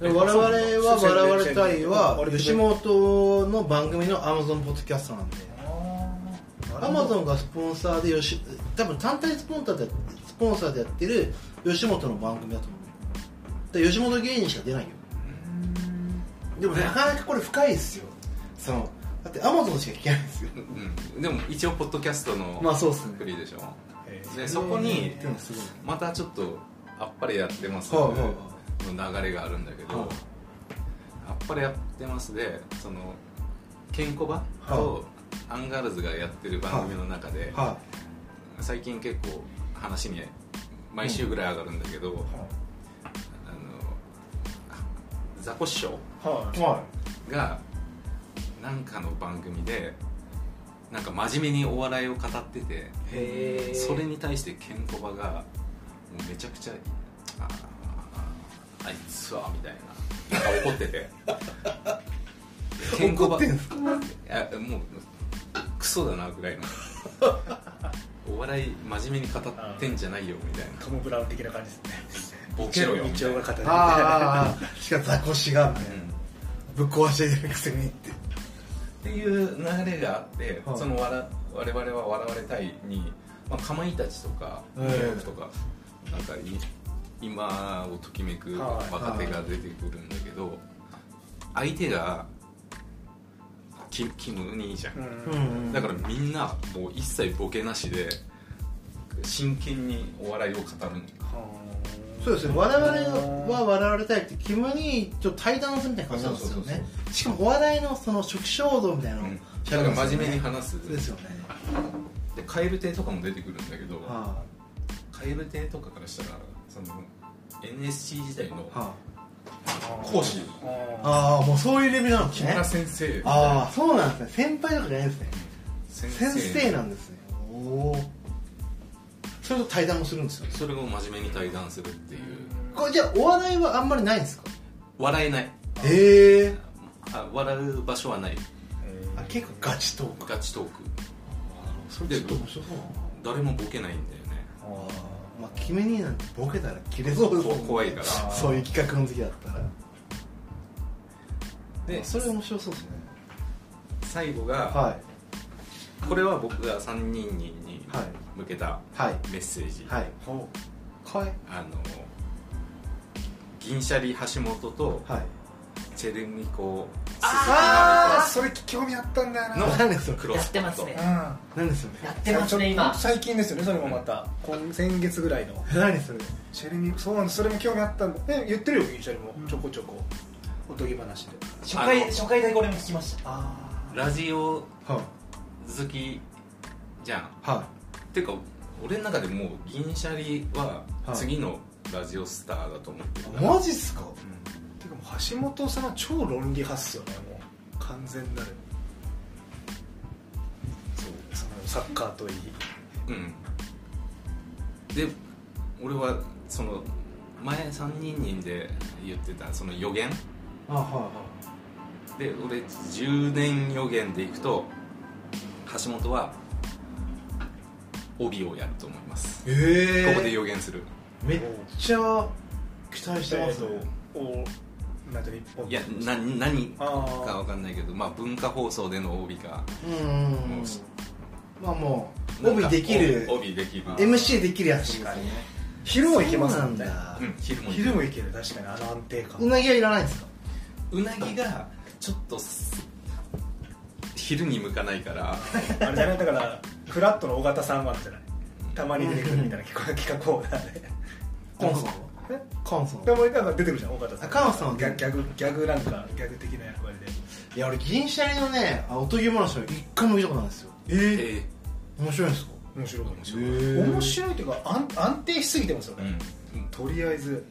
Speaker 2: 我々は
Speaker 4: え
Speaker 2: 笑われたいは
Speaker 3: うん
Speaker 2: 吉本の番組の Amazon ポッドキャストなんで
Speaker 3: あ
Speaker 2: Amazon がスポンサーでよし多分単体スポンサーでスポンサーでやってる吉本の番組だと思うで吉本芸人しか出ないよでもなかなかこれ深いですよそのだって Amazon しか聞けないですよ
Speaker 4: うんでも一応ポッドキャストの
Speaker 2: まあそうっす
Speaker 4: 作
Speaker 2: ね
Speaker 4: りでしょ、
Speaker 3: え
Speaker 4: でそこに
Speaker 2: っていうのはすごい
Speaker 4: またちょっとあっぱれやってます
Speaker 2: はい
Speaker 4: の
Speaker 2: はいは
Speaker 4: 流れがあるんだけど、
Speaker 2: はい
Speaker 4: あっぱれやってますでそのケンコバとアンガールズがやってる番組の中で、
Speaker 2: は
Speaker 4: 最近結構話に毎週ぐらい上がるんだけど、あのザコシショウ
Speaker 3: はいい
Speaker 2: は
Speaker 4: がなんかの番組でなんか真面目にお笑いを語ってて
Speaker 1: へえ
Speaker 4: それに対してケンコバがもうめちゃくちゃ「あーあいつは」みたいななんか怒っ ててケンコ
Speaker 2: 怒
Speaker 4: バ
Speaker 2: ってん
Speaker 4: いやもうクソだな ぐらいのお笑い真面目に語ってんじゃないよみたいな
Speaker 3: トム・ブラウン的な感じですね
Speaker 4: ボケろよみ
Speaker 3: 一
Speaker 4: たい
Speaker 3: 応
Speaker 4: な
Speaker 3: が語
Speaker 2: い
Speaker 3: る
Speaker 2: あーあーあーしかもザコシがみたいな
Speaker 4: うん
Speaker 2: ぶっ壊してるくせにって
Speaker 4: っていう流れがあって、
Speaker 2: はい
Speaker 4: そのわら我々は笑われたいに、まあ、かまいたちとか
Speaker 2: ええ
Speaker 4: ニューヨークとか、なんかい今をときめく
Speaker 3: はい
Speaker 4: 若手が出てくるんだけど、相手がキキム兄じゃん、
Speaker 3: うん
Speaker 2: うん
Speaker 4: だからみんなもう一切ボケなしで真剣にお笑いを語るの
Speaker 3: はー
Speaker 2: そうですね我々は笑われたいってキム兄と対談するみたいな感じなんですよ
Speaker 4: そうそう
Speaker 2: ねしかもお笑いのその食衝動みたいなのを
Speaker 4: うん
Speaker 2: し
Speaker 4: だ
Speaker 2: ゃべ
Speaker 4: から
Speaker 2: るんです
Speaker 4: 真
Speaker 2: よね
Speaker 4: 面目に話す
Speaker 2: そうですよね
Speaker 4: で蛙亭とかも出てくるんだけど
Speaker 2: は
Speaker 4: 蛙亭とかからしたらその NSC 時代の
Speaker 2: あは
Speaker 4: 講師
Speaker 3: あ
Speaker 2: ああーもうそういうレベルなんです
Speaker 4: 木
Speaker 2: ね
Speaker 4: 村先生
Speaker 2: ああそうなんですね先輩とかじゃないですね
Speaker 4: 先
Speaker 2: 先生なんですねおおーそれと対談もするんですよね
Speaker 4: それを真面目に対談するっていう
Speaker 2: これじゃあお笑いはあんまりないんですか
Speaker 4: 笑えない
Speaker 2: へえ
Speaker 4: あ笑う場所はない
Speaker 2: あ結構ガチトーク
Speaker 4: ガチトーク
Speaker 2: それちょっと面白そうだな
Speaker 4: 誰もボケないんだよね
Speaker 2: まあ決めになんてボケたら切れそうですもんね
Speaker 4: こ怖いから
Speaker 2: そういう企画の時だったら
Speaker 4: で
Speaker 2: でそれ面白そうですね
Speaker 4: 最後が、
Speaker 2: はい
Speaker 4: これは僕が3人に
Speaker 2: はい
Speaker 4: 向けた
Speaker 2: はい
Speaker 4: メッセージ、
Speaker 2: はい
Speaker 3: ほ
Speaker 2: はい
Speaker 4: あの銀シャリ橋本と
Speaker 2: はい
Speaker 4: チェルミコ
Speaker 3: ああそれ興味あったんだよな
Speaker 4: の
Speaker 2: 何ですか
Speaker 4: クロ
Speaker 1: や
Speaker 4: ス
Speaker 1: ってますね
Speaker 3: う
Speaker 2: 何ですよね
Speaker 1: やってますね今
Speaker 3: 最近ですよねそれもまた今先月ぐらいの
Speaker 2: 何それ
Speaker 3: シェルミそうなんですそれも興味あったんだえ言ってるよ銀シャリもちょこちょこおとぎ話で
Speaker 1: 初
Speaker 4: あ
Speaker 1: 回
Speaker 4: の
Speaker 1: 初回だけ俺も聞きました
Speaker 3: あ
Speaker 4: ラジオ
Speaker 2: はい
Speaker 4: 好きじゃん
Speaker 2: は
Speaker 4: てか俺の中でもう銀シャリは
Speaker 2: はい
Speaker 4: 次のラジオスターだと思ってる
Speaker 2: いマジっすか
Speaker 3: てかもう橋本さんは超論理派っすよねもう完全なる
Speaker 4: そう
Speaker 3: そのサッカーといい
Speaker 4: うんで俺はその前3人人で言ってたその予言
Speaker 2: あはい
Speaker 4: で俺10年予言でいくと橋本は帯をやると思います、
Speaker 2: はいええ
Speaker 4: ここで予言する
Speaker 2: めっちゃ期待して
Speaker 3: え
Speaker 2: ま
Speaker 3: っ
Speaker 2: す
Speaker 3: と
Speaker 2: ね
Speaker 3: オールナイト日本
Speaker 4: いやな何か
Speaker 3: ああ
Speaker 4: わかんないけどまあ文化放送での帯か
Speaker 2: うん
Speaker 4: もう
Speaker 2: まあもう帯できる
Speaker 4: 帯できる
Speaker 2: MC できるやつですよ
Speaker 3: 確かに
Speaker 2: ね
Speaker 3: 昼も行けます
Speaker 2: そう
Speaker 3: も
Speaker 2: なん
Speaker 3: んね
Speaker 2: だ
Speaker 4: うん、昼もいける
Speaker 3: 昼も行ける確かにあの安定感
Speaker 2: うなぎはいらないんですか
Speaker 4: うなぎがちょっとす昼に向かないから
Speaker 3: あれじゃないだからフラットの尾形さんはあるじゃないたまに出てくるみたいな企画コーナーで
Speaker 2: コンソン
Speaker 3: え
Speaker 2: コンソン
Speaker 3: でもなんか出てくるじゃん尾形さ
Speaker 2: あ
Speaker 3: ん
Speaker 2: カノさんは
Speaker 3: ギャギャグギャグなんかギャグ的な役割で
Speaker 2: いや俺銀シャリのねあおとぎ話は一回も見たことないんですよえ
Speaker 4: え
Speaker 2: 面白いんですか
Speaker 3: 面白い
Speaker 4: 面白い
Speaker 3: 面白いというか安安定しすぎてますよ
Speaker 4: え
Speaker 3: ね、とりあえず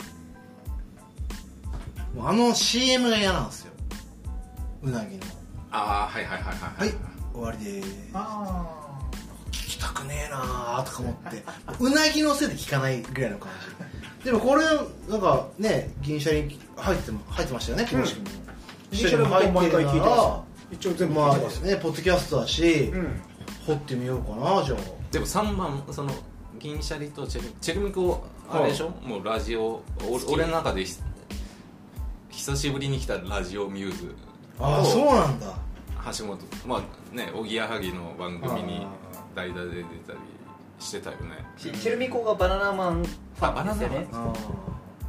Speaker 2: もうあの CM が嫌なんですようなぎの
Speaker 4: ああはいはいはい
Speaker 2: は
Speaker 4: はいい
Speaker 2: 終わりで
Speaker 3: あ
Speaker 2: 聞きたくねえなーとか思ってうなぎのせいで聞かないぐらいの感じでもこれなんかね銀シャリ入っても入ってましたよね気持ち君も、
Speaker 3: あ銀シャルも毎回聞いてま
Speaker 2: ら
Speaker 3: す一応全部
Speaker 2: ま
Speaker 3: 聞
Speaker 2: あ
Speaker 3: いてます、
Speaker 2: ねポッドキャストだし、
Speaker 3: うん
Speaker 2: 掘ってみようかなじゃあ
Speaker 4: でも3番その銀シャリとチェルミチェルミコあれでしょ、もうラジオお俺の中でひ久しぶりに来たラジオミューズ
Speaker 2: ああそうなんだ
Speaker 4: 橋本まあねおぎやはぎの番組に代打で出たりしてたよね
Speaker 1: しチェルミコがバナナマンファンですよね
Speaker 2: あ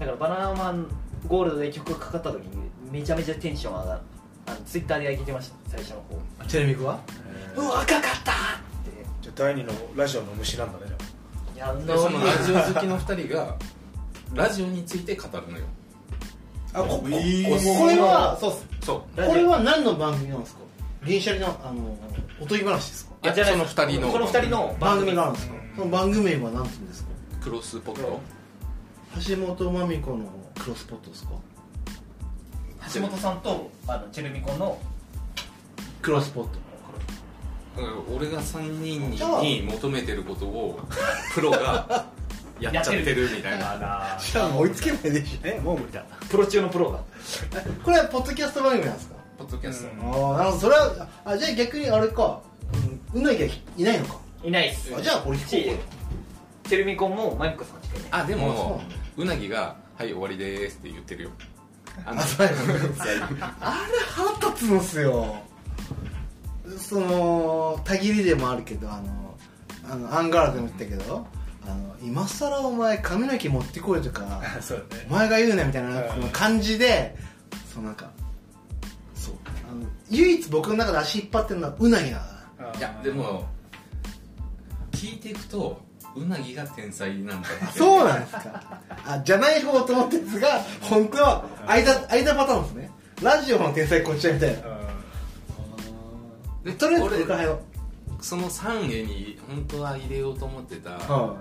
Speaker 1: だからバナナマンゴールドで曲がかかった時にめちゃめちゃテンション上がるあのツイッターで上げてました最初の方
Speaker 2: ーテレビくは
Speaker 1: うわかかったって
Speaker 3: じゃあ第二のラジオの虫なんだねじゃ
Speaker 1: いや
Speaker 4: でそのラジオ好きの2人がラジオについて語るのよ
Speaker 2: あここここ
Speaker 3: いい
Speaker 2: れはそうっす
Speaker 4: そ
Speaker 1: ラジオ
Speaker 2: これは何の番組なんですか銀シャリのあのおとぎ話ですか
Speaker 4: ういや
Speaker 1: じゃない
Speaker 4: その2人の
Speaker 1: その二人の
Speaker 2: 番組があるんですか
Speaker 3: うん
Speaker 2: その番組名は何て言うんですか
Speaker 4: クロスポット
Speaker 2: 橋本まみ子のクロスポットですか
Speaker 1: 橋本さんとあのチェルミコの
Speaker 2: クロスポッ ト
Speaker 4: うん俺が3人
Speaker 2: じゃあ
Speaker 4: に求めてること をプロがやっちゃってるみたいな
Speaker 3: あ
Speaker 2: じゃあ追いつけないでし
Speaker 3: えもう無理だ
Speaker 1: プロ中のプロが
Speaker 2: ょこれはポッドキャスト番組なんですか
Speaker 4: ポッドキャスト
Speaker 3: うん
Speaker 2: ああなるほどそれはあじゃあ逆にあれかうんうなぎはいないのか
Speaker 1: いないっす
Speaker 2: あじゃあこれ聞こうか
Speaker 1: チェルミコもマイクさんしかいない
Speaker 4: あで
Speaker 2: あそう
Speaker 4: も
Speaker 2: なんだ
Speaker 4: うなぎが「はい終わりです」って言ってるよあの
Speaker 2: あ れ腹立つんすよそのたぎりでもあるけどあのあのアンガールズでも言ったけどあの今更お前髪の毛持ってこいとか
Speaker 3: そうだね
Speaker 2: お前が言うなみたいななんかその感じでそうなんかそうあの唯一僕の中で足引っ張ってるのはうなぎなんだない
Speaker 4: やでも聞いていくとうなぎが天才なんだって
Speaker 2: そうなんですかあじゃない方と思ってるんですが本当は間間パターンですねラジオの天才こっちだみたいな
Speaker 4: で
Speaker 2: とりあえず
Speaker 4: 俺
Speaker 2: 僕はよ
Speaker 4: その3芸に本当は入れようと思ってた、
Speaker 2: は
Speaker 4: えーっとね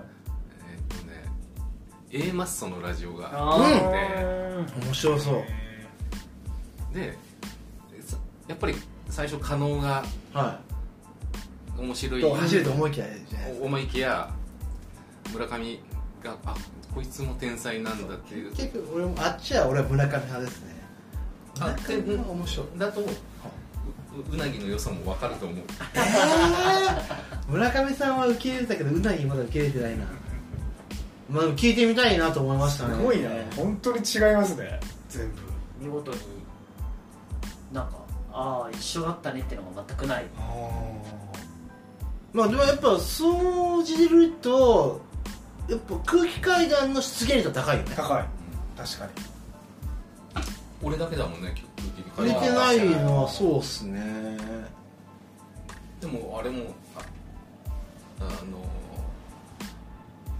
Speaker 4: A マッソのラジオが
Speaker 1: あ
Speaker 4: ー
Speaker 2: い面白そう
Speaker 4: でさやっぱり最初加納が
Speaker 2: は
Speaker 4: 面白
Speaker 2: い
Speaker 4: い
Speaker 2: と走ると思いきやじゃないですか
Speaker 4: 思いきや村上があこいつも天才なんだっていう
Speaker 2: 結局俺もあっちは俺は村上派ですね
Speaker 4: あ
Speaker 2: 村上派が面白い
Speaker 4: だとううなぎの良さも分かると思う
Speaker 2: 村上さんは受け入れたけどうなぎまだ受け入れてないなまあでも聞いてみたいなと思いましたね
Speaker 3: すごいな本当に違いますね全部
Speaker 1: 見事になんかああ一緒だったねってのが全くない
Speaker 2: まあでもやっぱそうじるとやっぱ空気階段の出現率は高いよね
Speaker 3: 高い確かに
Speaker 4: 俺だけだもんね曲切り
Speaker 2: 売
Speaker 4: 替
Speaker 2: れ
Speaker 4: え
Speaker 2: てないのはそうっすね
Speaker 4: でもあれもああ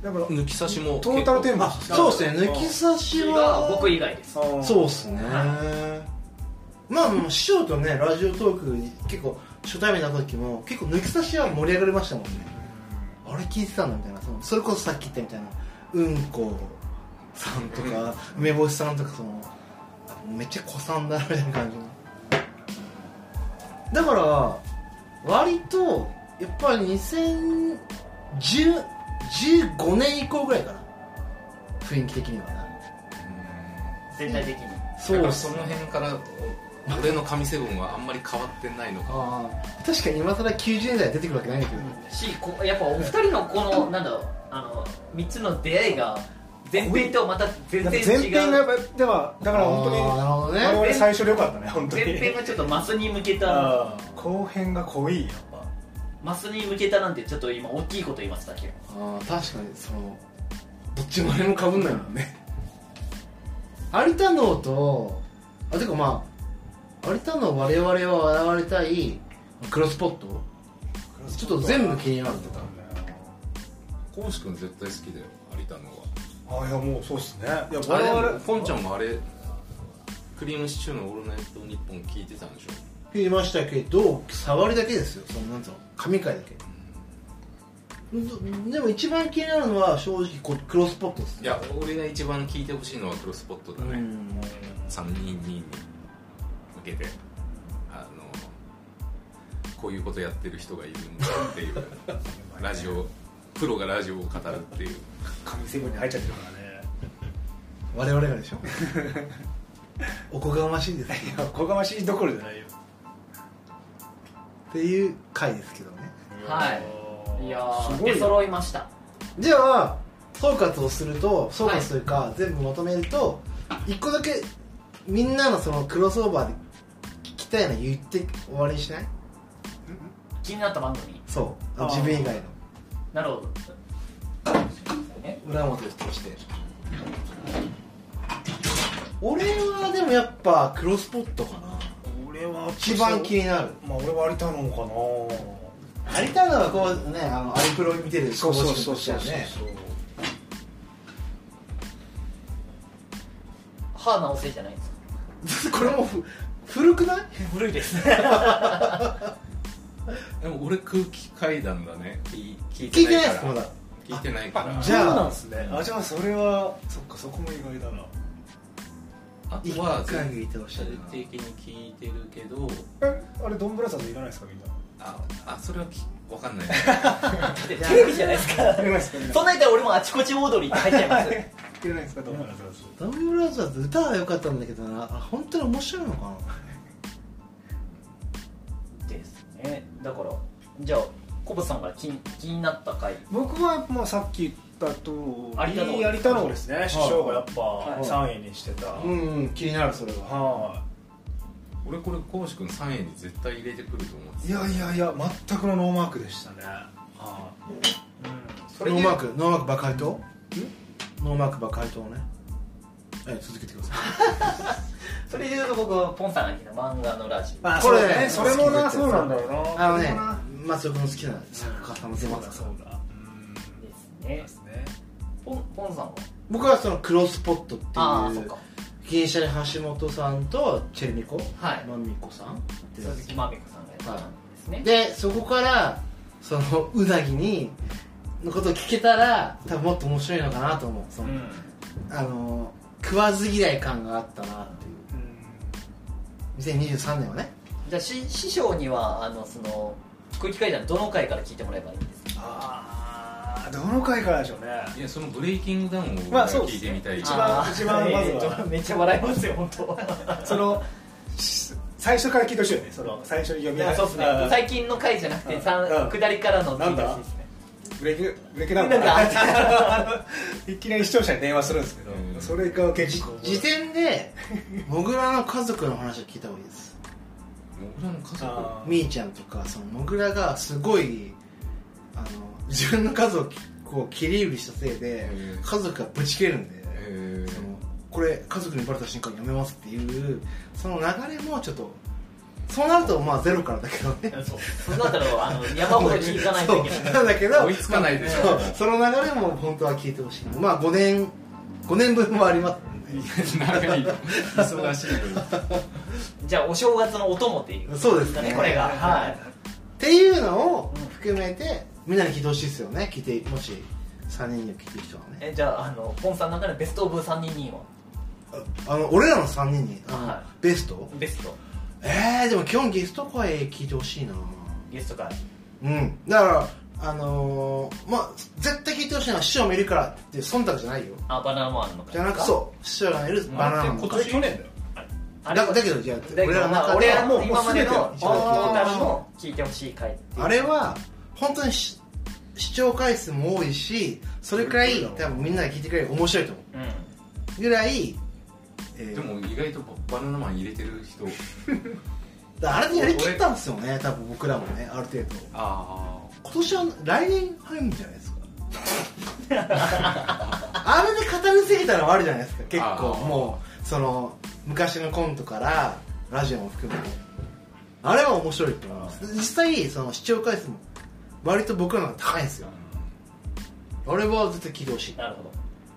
Speaker 3: だから
Speaker 4: の抜き差しも
Speaker 3: トータルテーマ
Speaker 2: あそうっすね抜き差しは
Speaker 1: が僕以外です
Speaker 2: そうっ
Speaker 3: っ
Speaker 2: すねまあもう師匠とねラジオトーク結構初対面だった時も結構抜き差しは盛り上がりましたもんねあれ聞いてたんだみたいなそのそれこそさっき言ったみたいなうんこさんとか梅干しさんとかそのめっちゃ子さんだなみたいな感じのだから割とやっぱり2015年以降ぐらいかな雰囲気的にはな
Speaker 1: 全体的に
Speaker 4: そだか
Speaker 2: っ
Speaker 4: ら
Speaker 2: す
Speaker 4: そ
Speaker 2: ね
Speaker 4: の辺からお俺の神セブンはあんまり変わってないのか
Speaker 2: ああ確かに今更90年代出てくるわけないんだけど、
Speaker 1: しこやっぱお二人のこのなんだろうあの3つの出会いが前編とまた全
Speaker 3: 全
Speaker 1: 然違
Speaker 3: 編がやっ
Speaker 1: う
Speaker 3: ぱではだから本当に
Speaker 2: あーなるほどね
Speaker 3: 我々最初でよかったね本当に
Speaker 1: 前編がちょっとマスに向けた
Speaker 3: あー後編が濃いやっぱ
Speaker 1: マスに向けたなんてちょっと今大きいこと言いましたけど
Speaker 2: ああ確かにそのどっちもあれもかぶんないもんね 有田能とあてかまあ有田能我々は笑われたいクロスポットちょっと全部気になるんだ
Speaker 4: コンシ君絶対好きだよ有田のは
Speaker 3: あいやもうそうっすねいや
Speaker 4: あれ
Speaker 3: 我
Speaker 4: でも
Speaker 3: 々
Speaker 4: ポンちゃんもあれクリームシチューの「オールナイトニッポン」聞いてたんでしょ
Speaker 2: 言いましたけど触りだけですよそのなんつうの神回だけどでも一番気になるのは正直こうクロスポットです
Speaker 4: い
Speaker 2: ね
Speaker 4: や俺が一番聞いてほしいのはクロスポットだ
Speaker 2: う
Speaker 4: ね
Speaker 2: ん
Speaker 4: 322に向けてあのこういうことやってる人がいるんだって いうラジオプロがラジオを語るっていう
Speaker 3: 紙セブンに入っちゃってるからね
Speaker 2: 我々がでしょ おこがましいです
Speaker 3: いやおこがましいどころじゃないよ
Speaker 2: っていう回ですけどね
Speaker 1: はいいや
Speaker 3: す
Speaker 1: ー
Speaker 3: ごい
Speaker 1: 出
Speaker 3: な
Speaker 1: 揃いました
Speaker 2: じゃあ総括をすると総括というか、全部まとめると一個だけみんなのそのクロスオーバーで聞きたいの言って終わりにしない
Speaker 1: 気になった番組
Speaker 2: そう
Speaker 3: あー
Speaker 2: 自分以外の
Speaker 1: なるほどえ
Speaker 2: 裏表として俺はでもやっぱクロスポットかな
Speaker 3: 俺は
Speaker 2: 一番気になる
Speaker 3: まあ俺は有田のか
Speaker 2: 有田のはこうねあのアリプロ見てる
Speaker 3: なそうそうそ
Speaker 2: 公
Speaker 3: う
Speaker 2: 式
Speaker 3: そう
Speaker 2: としてはね
Speaker 1: 歯直せじゃないんですか
Speaker 2: これもふ古くない
Speaker 1: 古いです
Speaker 4: でも俺空気階段だね聞い聞い
Speaker 2: 聞い
Speaker 4: て
Speaker 2: て
Speaker 4: な
Speaker 2: ないで
Speaker 4: いか
Speaker 2: すまだ
Speaker 4: ら聞いてない
Speaker 3: あ
Speaker 4: から
Speaker 2: じゃあ
Speaker 3: そうなんですねあじゃあそれはそっかそこも意外だな
Speaker 4: あ
Speaker 2: 一
Speaker 4: とは
Speaker 2: 回聞いてほしい
Speaker 4: 社
Speaker 2: な
Speaker 4: 会的に聞いてるけど
Speaker 3: えあれドンブラザーズいらないですかみんな
Speaker 4: ああそれはきわかんない
Speaker 1: テレビ じゃないですか
Speaker 3: いらないですかみんな
Speaker 1: そんな言ったら俺もあちこちオードリーって入っちゃいます
Speaker 3: いらないですかドンブラザーズ
Speaker 2: ダブルブラザーズ歌は良かったんだけどなあ本当に面白いのか
Speaker 1: ですねだからじゃあコブさんが気に気になった回
Speaker 3: 僕はもうさっき言った通り
Speaker 1: 有田の
Speaker 3: 有田のですね師匠がやっ
Speaker 1: は
Speaker 3: ぱ
Speaker 1: い
Speaker 3: 三位にしてた
Speaker 2: な
Speaker 3: は
Speaker 2: ん、うん、気になるそれはい
Speaker 4: 俺これこうし君3位に絶対入れてくると思ってた
Speaker 3: いやいやいや全くのノーマークでしたねは
Speaker 4: それ
Speaker 2: ノ
Speaker 4: で
Speaker 2: ーマークノーマークばかりとノーマークばかりとをねはい続けてくださ
Speaker 1: それで言うと僕はポンさんが言った漫画のラジオ
Speaker 3: あ
Speaker 2: こ
Speaker 3: そ
Speaker 2: れ
Speaker 3: うだねそれもな
Speaker 2: 好きだ
Speaker 3: そ
Speaker 2: よ
Speaker 3: うなんだよない
Speaker 2: あのね
Speaker 3: それもな
Speaker 2: 松尾君の好きな作家さんの出
Speaker 3: そう
Speaker 2: ま
Speaker 3: だ
Speaker 2: す
Speaker 3: そ
Speaker 2: か
Speaker 3: う
Speaker 2: ら
Speaker 3: だ
Speaker 1: で
Speaker 3: う
Speaker 1: す
Speaker 3: ん
Speaker 1: ね
Speaker 3: ですね
Speaker 1: ポンポンさんは
Speaker 2: 僕はそのクロスポットっていう
Speaker 1: ああそっか
Speaker 2: 銀シャリ橋本さんとチェルミコ、
Speaker 1: はい
Speaker 2: マミコさんってやつ
Speaker 1: 鈴木まみこさんがやったんですね、
Speaker 2: でそこからそのうなぎにのことを聞けたら多分もっと面白いのかなと思うその、
Speaker 1: うん
Speaker 2: あの食わず嫌い感があったなっていう2023年はね
Speaker 1: じゃあし師匠にはあのその空気階段どの回から聞いてもらえばいいんですか
Speaker 3: ああどの回からでしょうね
Speaker 4: いやそのブレイキングダウンを
Speaker 3: まあそうで
Speaker 4: 聞い
Speaker 3: す
Speaker 4: て
Speaker 3: ね
Speaker 4: みたい、
Speaker 3: 一番
Speaker 1: あー
Speaker 3: 一番まずは
Speaker 1: えーめっちゃ笑いますよ本当
Speaker 3: そのし最初から聞いてほしいよねその最初に読
Speaker 1: い
Speaker 3: み上
Speaker 1: や
Speaker 3: げ
Speaker 1: そうっすね
Speaker 3: あー
Speaker 1: 最近の回じゃなくて
Speaker 3: うん
Speaker 1: さん
Speaker 3: うん
Speaker 1: 下りからの
Speaker 3: なんだ
Speaker 1: らしいですね
Speaker 3: ブレイクブレイクダウンか
Speaker 1: なん
Speaker 3: いきなり視聴者に電話するんですけど、
Speaker 4: うん
Speaker 3: それが結構
Speaker 2: 時点でモグラの家族の話を聞いた方がいいです
Speaker 4: モグラの家族
Speaker 3: あー
Speaker 2: みーちゃんとかそのモグラがすごいあの自分の家族を切り売りしたせいで
Speaker 4: うん
Speaker 2: 家族がぶち切れるんで、
Speaker 4: え
Speaker 2: そのこれ家族にバレた瞬間やめますっていうその流れもちょっとそうなるとまあゼロからだけどね
Speaker 1: そうそんなったらあの山ほど聞かないといけない
Speaker 2: そうなんだけど
Speaker 4: ー、追いつかないでし
Speaker 2: そう
Speaker 4: ょ
Speaker 2: その流れも本当は聞いてほしいなまあ5年5年分もあります
Speaker 4: 長い忙しい分
Speaker 1: じゃあお正月のお供っていう
Speaker 2: そうですね
Speaker 1: ねこれがはい
Speaker 2: っていうのを含めてみんなに聞いてほしいですよね聞いてもし3人に聞いてる人はね
Speaker 1: えじゃああのポンさんの中でベストオブ3人には
Speaker 2: あの俺らの3人にあの、
Speaker 1: は
Speaker 2: ベスト
Speaker 1: ベスト
Speaker 2: えー、でも基本ゲスト声聞いてほしいな
Speaker 1: ゲスト会
Speaker 2: うんだからあのー、まあ絶対聞いてほしいのは師匠もいるからって忖度じゃないよ
Speaker 1: あバナナマンの会
Speaker 2: じゃなくそう師匠がいるバナナマンの
Speaker 4: 今
Speaker 2: 会
Speaker 4: 年去年だよ
Speaker 1: あれ
Speaker 2: だだけどじゃあ
Speaker 1: だけ
Speaker 2: 俺
Speaker 1: ど
Speaker 2: らの
Speaker 1: まあ
Speaker 2: 中で
Speaker 1: 俺ら
Speaker 2: は
Speaker 1: の今までの
Speaker 3: もう
Speaker 1: ト
Speaker 2: 全てを
Speaker 1: ータルの聞いてほしい回っていう
Speaker 2: あれは本当にし視聴回数も多いしそれくらい多分みんなが聞いてくれる面白いと思
Speaker 1: うん
Speaker 2: うぐらい、えー
Speaker 4: でも意外とバナナマン入れてる人
Speaker 2: だからあれでやりきったんですよね多分僕らもねある程度
Speaker 4: あ
Speaker 2: 今年は来年入るんじゃないですか あれで語りすぎたのはあるじゃないですか結
Speaker 4: あ
Speaker 2: 構
Speaker 4: ー
Speaker 2: もうその昔のコントからラジオも含めてあれは面白いと思います実際その視聴回数も割と僕らの方が高いんですよあれは絶対聞いてほしい
Speaker 1: なるほど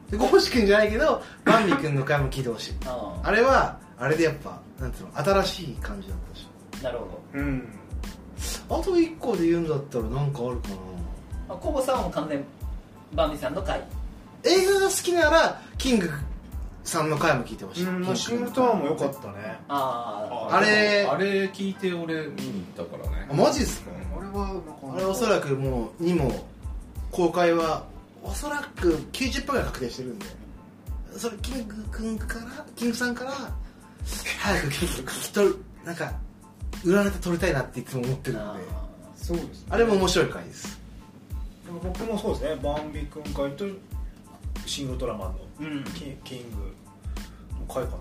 Speaker 2: でゴーシ君じゃないけどバンビ君の回も聞いてほしい
Speaker 1: あ
Speaker 2: あれはあれでやっぱなんていうの新しい感じだったし
Speaker 1: あなるほど
Speaker 3: うん
Speaker 2: あと1個で言うんだったらなんかあるか
Speaker 1: あ
Speaker 2: な
Speaker 1: コボさんはもう完全にバンビさんの回
Speaker 2: 映画が好きならキングさんの回も聞いてほしい、
Speaker 3: うんまあシングトーンも良かったね
Speaker 1: あ
Speaker 2: あれ
Speaker 4: あれ聞いて俺見に行ったからね
Speaker 2: あマジっすか
Speaker 3: 俺はなんか
Speaker 2: あれおそらくもうにも公開はおそらく90%ぐらい確定してるんでそれキングくんからキングさんから早く聞き取るなんか裏ネタ取りたいなっていつも思ってるんで
Speaker 1: あ
Speaker 2: あ
Speaker 3: そうですね
Speaker 2: れも面白い回です
Speaker 3: でも僕もそうですねバンビ君会とシングルトラマンの
Speaker 1: うん
Speaker 3: キンキングの会か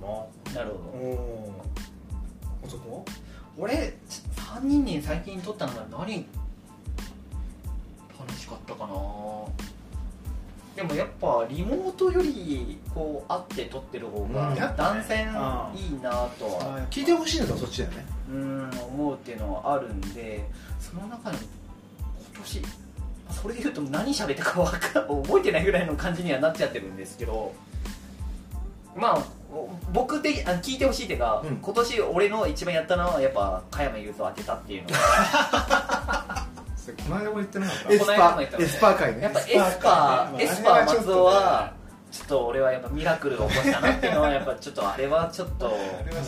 Speaker 3: な
Speaker 1: なる
Speaker 3: う
Speaker 1: ほど
Speaker 3: んあそこ
Speaker 1: 俺3人に最近撮ったのが何楽しかったかなでもやっぱリモートよりこう会って撮ってる方
Speaker 2: う
Speaker 1: が
Speaker 2: んやっ
Speaker 1: 断線いい
Speaker 3: あー
Speaker 1: なとは
Speaker 3: は
Speaker 2: 聞いてほしいのはそっちだよね
Speaker 1: うん思うっていうのはあるんでその中に今年それで言うと何喋ったかわか覚えてないぐらいの感じにはなっちゃってるんですけどまあお僕的あ聞いてほしいっていうか、
Speaker 2: うん
Speaker 1: 今年俺の一番やったのはやっぱ加山雄三当てたっていうのが
Speaker 4: それこの間も言ってなかった
Speaker 2: エ
Speaker 1: こ
Speaker 2: ス
Speaker 1: の間
Speaker 2: パ
Speaker 1: も言った
Speaker 2: エスパー回
Speaker 1: やっ
Speaker 2: ね
Speaker 1: ぱエスパー、エ
Speaker 3: エ
Speaker 1: ス
Speaker 3: ス
Speaker 1: パ
Speaker 3: パ
Speaker 1: ー
Speaker 3: ー
Speaker 1: 松尾はちょっと俺はやっぱミラクルを起こしたなっていうのはやっぱちょっとあれはちょっと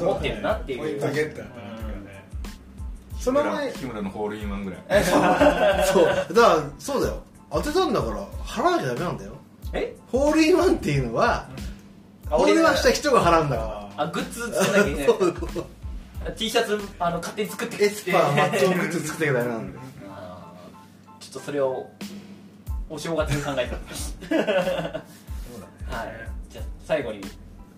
Speaker 1: 思ってるなって
Speaker 3: ポイ
Speaker 1: い
Speaker 3: ン
Speaker 1: う
Speaker 3: トゲッター
Speaker 1: うん
Speaker 3: その前
Speaker 4: 日村のホールインワンぐらい
Speaker 2: そうだからそうだよ当てたんだから払わなきゃダメなんだよ
Speaker 1: え
Speaker 2: ホールインワンっていうのは、
Speaker 1: あ
Speaker 2: ホールインワン
Speaker 1: が
Speaker 2: した人が払うんだか
Speaker 1: あグッズ作んなきゃいけない
Speaker 2: ら そうそう
Speaker 1: T シャツあの勝手に作って
Speaker 2: エスパー松尾グッズ作ってくださいなん で
Speaker 1: あーちょっとそれをお正月に考 えたはいじゃあ最後に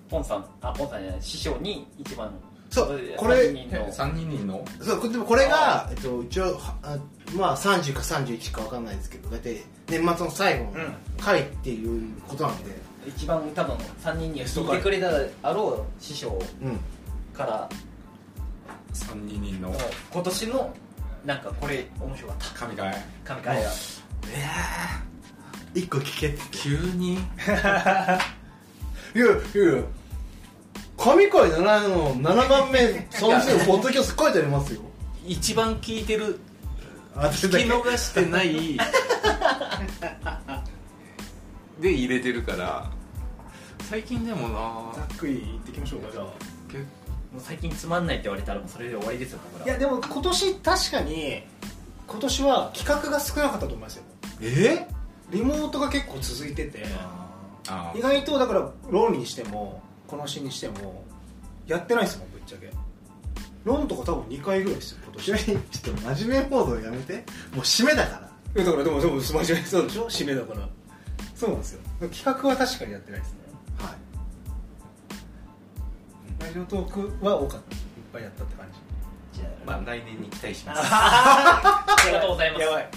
Speaker 1: ポンさんあポンさんじゃない師匠に一番
Speaker 2: そうこれ
Speaker 1: 三人の
Speaker 4: 3人の
Speaker 2: そうこでもこれが、えっと、一応はあまあ30か31か分かんないですけど大体年末の最後の
Speaker 3: うん
Speaker 2: 回っていうことなんで、
Speaker 1: 一番多分3人には聞いてくれたであろう師匠
Speaker 2: うん、
Speaker 1: から
Speaker 4: 3人の
Speaker 1: もう今年のなんかこれ面白かっ
Speaker 4: 神回
Speaker 1: た神回が
Speaker 2: 1個聞けって
Speaker 4: 急に
Speaker 2: いやいやいや神回7の7番目30のポッドキャスト書いてありますよ
Speaker 4: 一番聞いてる
Speaker 2: 私
Speaker 4: 聞き逃してないで入れてるから最近でも
Speaker 3: ざ
Speaker 4: な
Speaker 3: っくり言っていきましょうかじゃあ
Speaker 4: 結
Speaker 1: もう最近つまんないって言われたらもうそれで終わりですよ僕
Speaker 3: い
Speaker 1: ら
Speaker 3: やでも今年確かに今年は企画が少なかったと思いますよ
Speaker 2: え
Speaker 3: リモートが結構続いてて
Speaker 4: あ
Speaker 3: 意外とだから論理にしてもこのシーンにしてもやってないですもんぶっちゃけ論とか多分2回ぐらいですよ今年
Speaker 2: ちなみにちょっと真面目モードやめてもう締めだから
Speaker 3: いやだからでもでも真面目にそうでしょ締めだからそうなんですよ企画は確かにやってないですね
Speaker 2: はい
Speaker 3: ラジオトークは多かったいっぱいやったって感じ
Speaker 1: じゃ
Speaker 4: まあ来年に期待します
Speaker 1: あありがとうございます
Speaker 3: やばい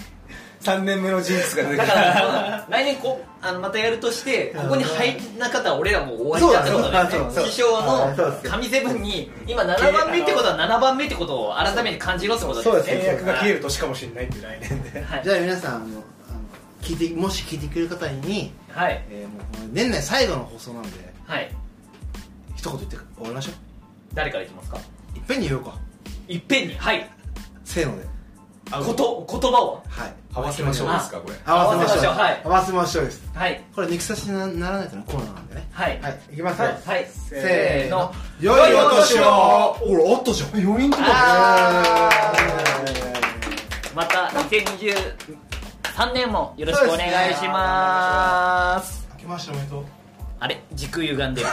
Speaker 3: 3年目のジンクスが出て
Speaker 1: だ
Speaker 3: き
Speaker 1: か
Speaker 3: た
Speaker 1: らそうだ来年こあのまたやるとしてここに入んなかったら俺らもう終わりだってことだ
Speaker 2: そう
Speaker 1: よ
Speaker 2: だ
Speaker 1: ね
Speaker 2: そうだ
Speaker 1: 師匠
Speaker 2: あーそう
Speaker 1: の
Speaker 2: です
Speaker 1: 神セブンに今7番目ってことは7番目ってことを改めて感じろってことだよ
Speaker 2: そう
Speaker 1: ね
Speaker 2: で
Speaker 3: 契
Speaker 2: す
Speaker 3: 約が消える年かもしれないっていう来年で
Speaker 1: はい
Speaker 2: じゃあ皆さんあのあの聞いてもし聞いてくれる方に、
Speaker 1: はい
Speaker 2: えーもう年内最後の放送なんで
Speaker 1: はい
Speaker 2: 一言言って終わりましょ
Speaker 1: 誰からいきますか
Speaker 2: ういっぺんに言おうか
Speaker 1: いっぺんにはい
Speaker 2: せーので
Speaker 1: こと言葉を
Speaker 2: はい
Speaker 4: 合わせましょうですかこれ
Speaker 1: 合わせましょうはい
Speaker 2: 合わせましょうです
Speaker 1: はい
Speaker 2: これ抜き差しにならないとのコーナーなんでね
Speaker 1: はい
Speaker 2: はいいきますよ
Speaker 1: はいはい
Speaker 2: せーの
Speaker 1: 良
Speaker 2: 良
Speaker 1: い
Speaker 2: い
Speaker 1: お
Speaker 2: お
Speaker 1: 年
Speaker 2: 年
Speaker 1: を
Speaker 2: をほらあったじゃん
Speaker 3: 4人と
Speaker 1: あ
Speaker 3: ね
Speaker 1: また2023年もよろしくお願いします
Speaker 2: 明けましておめでとう
Speaker 1: あれ軸歪んでる